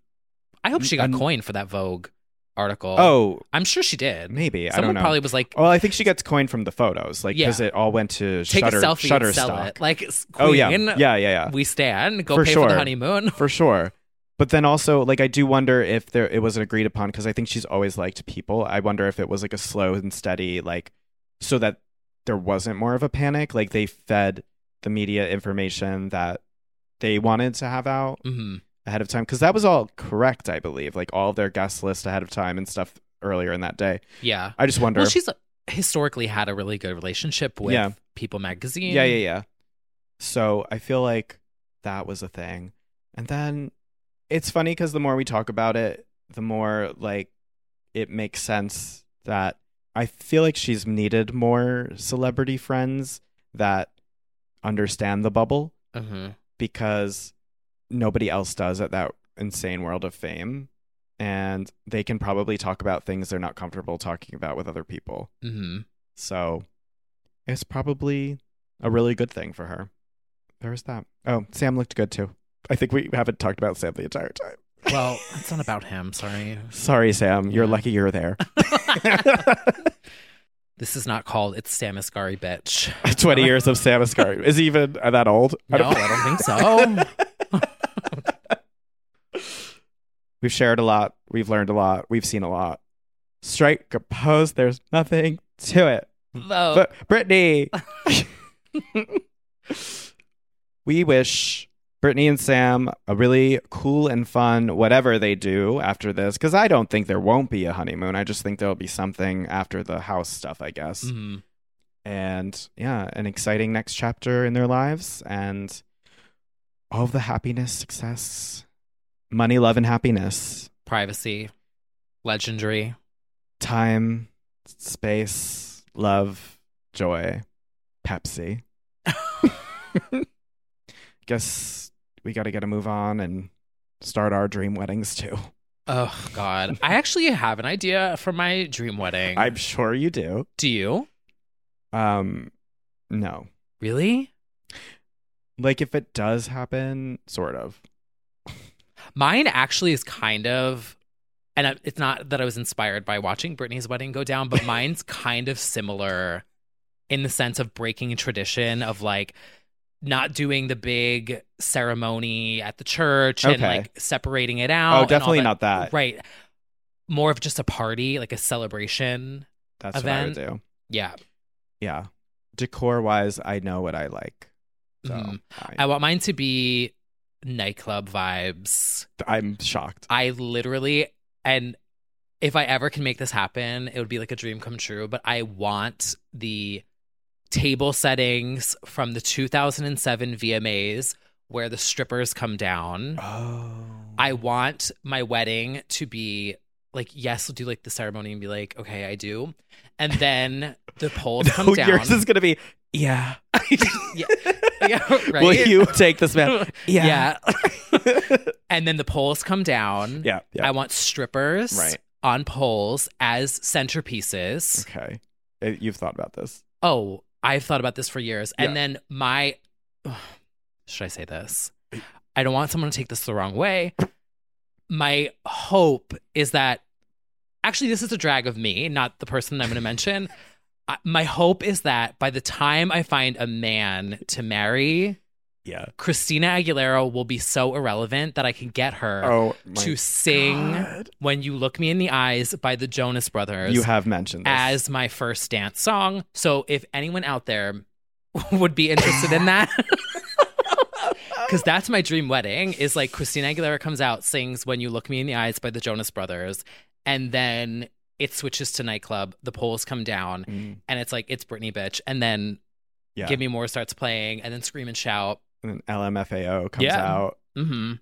[SPEAKER 2] I hope she got
[SPEAKER 3] And-
[SPEAKER 2] coined for that Vogue article.
[SPEAKER 3] oh
[SPEAKER 2] I'm sure she did.
[SPEAKER 3] maybe I
[SPEAKER 2] Someone
[SPEAKER 3] don't know. Oh,
[SPEAKER 2] probably was like,
[SPEAKER 3] well, I think she gets coined from the photos, like
[SPEAKER 2] Yeah.
[SPEAKER 3] because it all went to
[SPEAKER 2] take
[SPEAKER 3] Shutter,
[SPEAKER 2] a selfie and sell
[SPEAKER 3] Shutterstock.
[SPEAKER 2] it. Like, s- queen,
[SPEAKER 3] oh yeah, yeah, yeah, yeah,
[SPEAKER 2] we stand, go
[SPEAKER 3] For
[SPEAKER 2] pay for the
[SPEAKER 3] sure.
[SPEAKER 2] honeymoon.
[SPEAKER 3] for sure. But then also, like, I do wonder if there it was agreed upon because I think she's always liked people. I wonder if it was like a slow and steady, like, so that there wasn't more of a panic. Like they fed the media information that they wanted to have out.
[SPEAKER 2] hmm
[SPEAKER 3] ahead of time because that was all correct, I believe. Like all of their guest list ahead of time and stuff earlier in that day.
[SPEAKER 2] Yeah.
[SPEAKER 3] I just wonder.
[SPEAKER 2] Well,
[SPEAKER 3] if-
[SPEAKER 2] she's uh, historically had a really good relationship with
[SPEAKER 3] Yeah.
[SPEAKER 2] People Magazine.
[SPEAKER 3] yeah, yeah, yeah. So I feel like that was a thing, and then it's funny because the more we talk about it, the more like it makes sense that I feel like she's needed more celebrity friends that understand the bubble
[SPEAKER 2] hmm
[SPEAKER 3] because nobody else does at that insane world of fame. And they can probably talk about things they're not comfortable talking about with other people.
[SPEAKER 2] hmm
[SPEAKER 3] So it's probably a really good thing for her. There's that. Oh, Sam looked good too. I think we haven't talked about Sam the entire time.
[SPEAKER 2] Well, that's not about him. Sorry.
[SPEAKER 3] Sorry, Sam. You're
[SPEAKER 2] Yeah.
[SPEAKER 3] lucky you're there.
[SPEAKER 2] This is not called It's Sam Asghari, bitch.
[SPEAKER 3] 20 years of Sam Asghari. Is he even that old? I
[SPEAKER 2] No,
[SPEAKER 3] don't-
[SPEAKER 2] I don't think so.
[SPEAKER 3] We've shared a lot. We've learned a lot. We've seen a lot. Strike a pose. There's nothing to it.
[SPEAKER 2] Though,
[SPEAKER 3] But Brittany, we wish Brittany and Sam a really cool and fun whatever they do after this. Because I don't think there won't be a honeymoon. I just think there'll be something after the house stuff, I guess.
[SPEAKER 2] Mhm.
[SPEAKER 3] And yeah, an exciting next chapter in their lives and all of the happiness, success, money, love, and happiness,
[SPEAKER 2] privacy, legendary.
[SPEAKER 3] time, space, love, joy, Pepsi. guess we got to get a move on and start our dream weddings too.
[SPEAKER 2] Oh, God. I actually have an idea for my dream wedding.
[SPEAKER 3] I'm sure you do.
[SPEAKER 2] Do you?
[SPEAKER 3] Um, no,
[SPEAKER 2] Really?
[SPEAKER 3] like if it does happen, sort of.
[SPEAKER 2] Mine actually is kind of, and I- it's not that I was inspired by watching Britney's wedding go down, but mine's kind of similar in the sense of breaking tradition of like not doing the big ceremony at the church and
[SPEAKER 3] Okay.
[SPEAKER 2] like separating it out.
[SPEAKER 3] oh,
[SPEAKER 2] and all
[SPEAKER 3] definitely
[SPEAKER 2] that.
[SPEAKER 3] not that.
[SPEAKER 2] Right. More of just a party, like a celebration.
[SPEAKER 3] That's what I would
[SPEAKER 2] event.
[SPEAKER 3] do.
[SPEAKER 2] Yeah.
[SPEAKER 3] Yeah, decor wise, I know what I like. So
[SPEAKER 2] Mhm. I
[SPEAKER 3] I,
[SPEAKER 2] want mine to be nightclub vibes.
[SPEAKER 3] I'm shocked.
[SPEAKER 2] I literally, and if I ever can make this happen, it would be like a dream come true. But I want the table settings from the 2007 VMAs where the strippers come down.
[SPEAKER 3] Oh,
[SPEAKER 2] I want my wedding to be like, yes, we'll do like the ceremony and be like, okay, I do. and then the polls come
[SPEAKER 3] No,
[SPEAKER 2] down.
[SPEAKER 3] yours is gonna be yeah.
[SPEAKER 2] yeah, yeah, right.
[SPEAKER 3] Will you take this man?
[SPEAKER 2] Yeah. and then the polls come down.
[SPEAKER 3] Yeah, yeah.
[SPEAKER 2] I want strippers
[SPEAKER 3] Right.
[SPEAKER 2] on poles as centerpieces.
[SPEAKER 3] Okay. Uh, You've thought about this.
[SPEAKER 2] Oh, I've thought about this for years.
[SPEAKER 3] Yeah.
[SPEAKER 2] And then my should I say this? I don't want someone to take this the wrong way. My hope is that actually this is a drag of me, not the person that I'm going to mention. I, my hope is that by the time I find a man to marry,
[SPEAKER 3] Yeah.
[SPEAKER 2] Christina Aguilera will be so irrelevant that I can get her
[SPEAKER 3] Oh, my
[SPEAKER 2] to sing
[SPEAKER 3] God.
[SPEAKER 2] When You Look Me in the Eyes by the Jonas Brothers
[SPEAKER 3] You have mentioned this.
[SPEAKER 2] as my first dance song. So if anyone out there would be interested in that, because that's my dream wedding, is like Christina Aguilera comes out, sings When You Look Me in the Eyes by the Jonas Brothers, and then it switches to nightclub. The polls come down,
[SPEAKER 3] Mm,
[SPEAKER 2] and it's like, it's Britney, bitch. And then
[SPEAKER 3] yeah.
[SPEAKER 2] Give Me More starts playing, and then Scream and Shout.
[SPEAKER 3] and then LMFAO comes
[SPEAKER 2] Yeah.
[SPEAKER 3] out.
[SPEAKER 2] hmm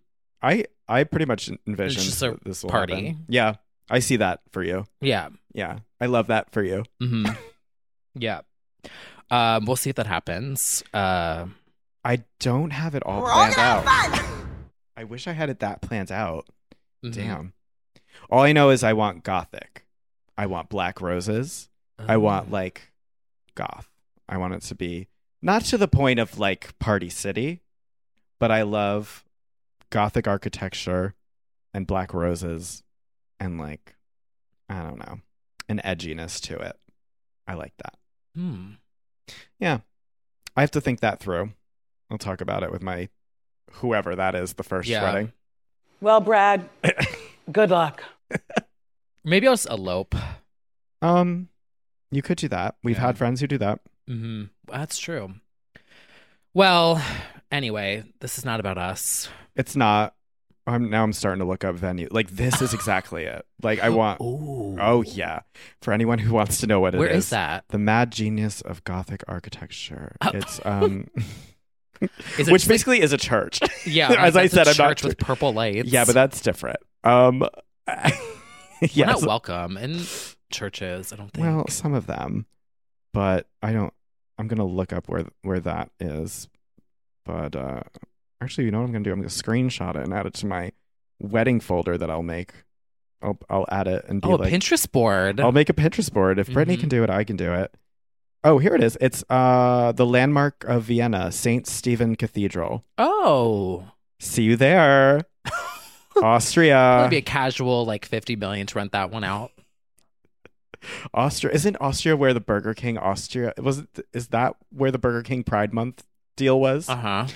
[SPEAKER 3] I I pretty much envision
[SPEAKER 2] just a
[SPEAKER 3] this will
[SPEAKER 2] party.
[SPEAKER 3] happen. Yeah. I see that for you.
[SPEAKER 2] Yeah.
[SPEAKER 3] Yeah. I love that for you.
[SPEAKER 2] hmm yeah. Um, we'll see if that happens. Uh,
[SPEAKER 3] I don't have it all
[SPEAKER 5] We're all
[SPEAKER 3] planned
[SPEAKER 5] gonna have
[SPEAKER 3] out.
[SPEAKER 5] fun.
[SPEAKER 3] I wish I had it that planned out.
[SPEAKER 2] mhm.
[SPEAKER 3] Damn. All I know is I want gothic. I want black roses.
[SPEAKER 2] Um,
[SPEAKER 3] I
[SPEAKER 2] Mm.
[SPEAKER 3] want like goth. I want it to be not to the point of like Party City, but I love gothic architecture and black roses and like I don't know, an edginess to it. I like that.
[SPEAKER 2] Hmm.
[SPEAKER 3] I have to think that through. I'll talk about it with my whoever that is the first
[SPEAKER 2] Yeah.
[SPEAKER 3] wedding.
[SPEAKER 9] Well, Brad, good luck.
[SPEAKER 2] Maybe I'll just elope.
[SPEAKER 3] Um you could do that. We've
[SPEAKER 2] Yeah.
[SPEAKER 3] had friends who do that.
[SPEAKER 2] hmm That's true. Well, anyway, this is not about us.
[SPEAKER 3] It's not. I'm now. I'm starting to look up venue. Like this is exactly it. Like I want.
[SPEAKER 2] Ooh.
[SPEAKER 3] Oh yeah. For anyone who wants to know what it is,
[SPEAKER 2] Where is that?
[SPEAKER 3] The Mad Genius of Gothic Architecture.
[SPEAKER 2] Oh.
[SPEAKER 3] It's um,
[SPEAKER 2] Is it
[SPEAKER 3] which
[SPEAKER 2] just like-
[SPEAKER 3] basically is a church.
[SPEAKER 2] yeah,
[SPEAKER 3] as I
[SPEAKER 2] that's a
[SPEAKER 3] said, I'm not
[SPEAKER 2] church with purple lights.
[SPEAKER 3] yeah, but that's different. Um,
[SPEAKER 2] We're
[SPEAKER 3] yes.
[SPEAKER 2] not welcome in churches. I don't think.
[SPEAKER 3] Well, some of them, but I don't. I'm gonna look up where where that is. But uh, actually, you know what I'm gonna do? I'm gonna screenshot it and add it to my wedding folder that I'll make. I'll I'll add it and be
[SPEAKER 2] oh,
[SPEAKER 3] like, Oh.
[SPEAKER 2] a Pinterest board.
[SPEAKER 3] I'll make a Pinterest board. If Brittany
[SPEAKER 2] Mhm.
[SPEAKER 3] can do it, I can do it. Oh, here it is. It's uh the landmark of Vienna, Saint Stephen Cathedral.
[SPEAKER 2] oh,
[SPEAKER 3] See you there,
[SPEAKER 2] probably
[SPEAKER 3] Austria.
[SPEAKER 2] be a casual like fifty million to rent that one out.
[SPEAKER 3] Austria isn't Austria where the Burger King Austria was? It, is that where the Burger King Pride Month deal was?
[SPEAKER 2] Uh huh.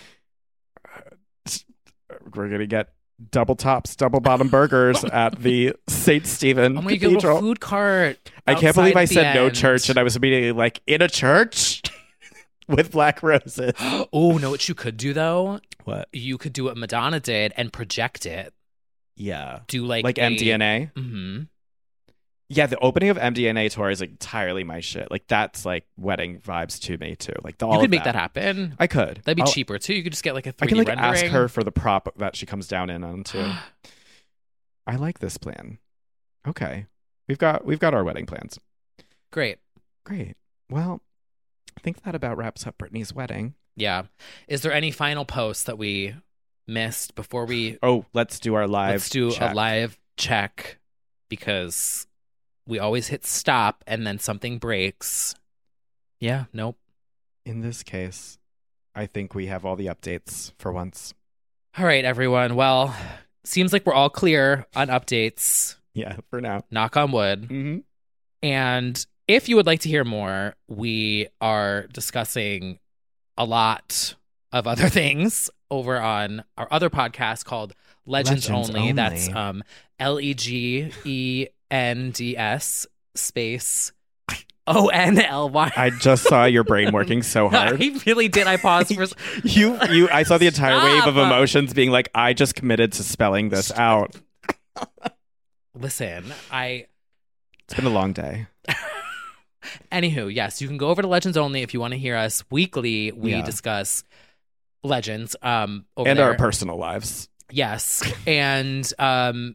[SPEAKER 3] We're gonna get double tops, double bottom burgers at the Saint Stephen
[SPEAKER 2] Oh my god, little
[SPEAKER 3] Cathedral.
[SPEAKER 2] food cart.
[SPEAKER 3] I can't believe I said no church, and
[SPEAKER 2] and
[SPEAKER 3] I was immediately like, in a church with black roses.
[SPEAKER 2] oh, know what you could do though?
[SPEAKER 3] What?
[SPEAKER 2] You could do what Madonna did and project it.
[SPEAKER 3] Yeah,
[SPEAKER 2] Do like
[SPEAKER 3] like
[SPEAKER 2] a-
[SPEAKER 3] MDNA.
[SPEAKER 2] Mhm.
[SPEAKER 3] Yeah, the opening of MDNA tour is entirely my shit. Like that's like wedding vibes to me too. Like the, all
[SPEAKER 2] You
[SPEAKER 3] of
[SPEAKER 2] could make that. happen.
[SPEAKER 3] I could.
[SPEAKER 2] That'd be
[SPEAKER 3] I'll-
[SPEAKER 2] cheaper too. You could just get like a 3D
[SPEAKER 3] I can like
[SPEAKER 2] rendering.
[SPEAKER 3] ask her for the prop that she comes down in on too. I like this plan. Okay, we've got we've got our wedding plans.
[SPEAKER 2] Great.
[SPEAKER 3] Great. Well, I think that about wraps up Brittany's wedding.
[SPEAKER 2] Yeah. Is there any final post that we missed before we
[SPEAKER 3] Oh, let's do our live.
[SPEAKER 2] let's do
[SPEAKER 3] check.
[SPEAKER 2] a live check because we always hit stop and then something breaks. Yeah. Nope.
[SPEAKER 3] In this case, I think we have all the updates for once.
[SPEAKER 2] All right, everyone. Well, seems like we're all clear on updates.
[SPEAKER 3] Yeah, for now.
[SPEAKER 2] Knock on wood.
[SPEAKER 3] Mm-hmm.
[SPEAKER 2] And if you would like to hear more, we are discussing a lot of other things over on our other podcast called Legends,
[SPEAKER 3] Legends
[SPEAKER 2] Only. That's
[SPEAKER 3] Only.
[SPEAKER 2] um L E G E N D S space O N L Y.
[SPEAKER 3] I just saw your brain working so hard.
[SPEAKER 2] I really did. I paused for.
[SPEAKER 3] You, you. I saw the entire wave of
[SPEAKER 2] Stop.
[SPEAKER 3] emotions being like, I just committed to spelling this out.
[SPEAKER 2] Listen, I.
[SPEAKER 3] It's been a long day.
[SPEAKER 2] Anywho, yes, you can go over to Legends Only if you want to hear us weekly. We
[SPEAKER 3] Yeah.
[SPEAKER 2] discuss legends. Um, over
[SPEAKER 3] and our
[SPEAKER 2] there.
[SPEAKER 3] personal lives.
[SPEAKER 2] Yes. And um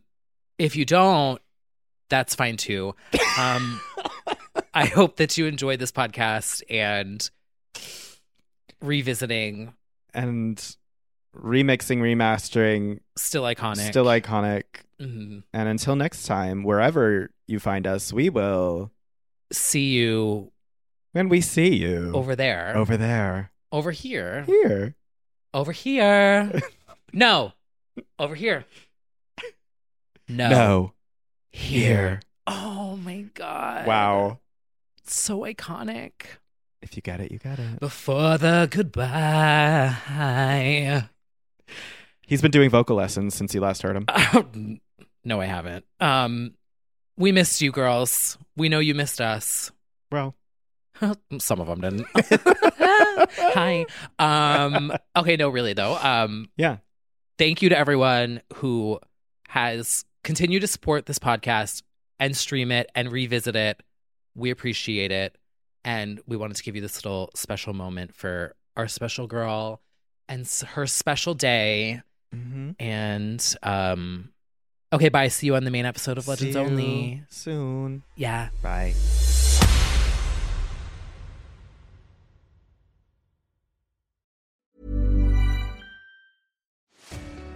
[SPEAKER 2] if you don't, that's fine too. Um I hope that you enjoyed this podcast and revisiting
[SPEAKER 3] and remixing, remastering,
[SPEAKER 2] still iconic.
[SPEAKER 3] still iconic.
[SPEAKER 2] Mhm.
[SPEAKER 3] And until next time, wherever you find us, we will
[SPEAKER 2] See you
[SPEAKER 3] when we see you
[SPEAKER 2] over there.
[SPEAKER 3] over there,
[SPEAKER 2] over here.
[SPEAKER 3] here.
[SPEAKER 2] Over here. no. Over here. No.
[SPEAKER 3] no.
[SPEAKER 2] Here. Oh my god.
[SPEAKER 3] Wow.
[SPEAKER 2] So iconic.
[SPEAKER 3] If you got it, you got it.
[SPEAKER 2] Before the goodbye.
[SPEAKER 3] He's been doing vocal lessons since you last heard
[SPEAKER 2] Uh,
[SPEAKER 3] him.
[SPEAKER 2] Oh, no, I haven't. Um we missed you girls. We know you missed us.
[SPEAKER 3] Well,
[SPEAKER 2] Some of them didn't. Hi. Um okay, no really though. Um
[SPEAKER 3] yeah.
[SPEAKER 2] thank you to everyone who has continued to support this podcast and stream it and revisit it. We appreciate it. And we wanted to give you this little special moment for our special girl and s- her special day.
[SPEAKER 3] Mm-hmm.
[SPEAKER 2] And, um, okay, bye. See you on the main episode of Legends Only.
[SPEAKER 3] Soon.
[SPEAKER 2] Yeah.
[SPEAKER 3] Bye.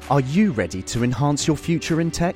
[SPEAKER 10] Are you ready to enhance your future in tech?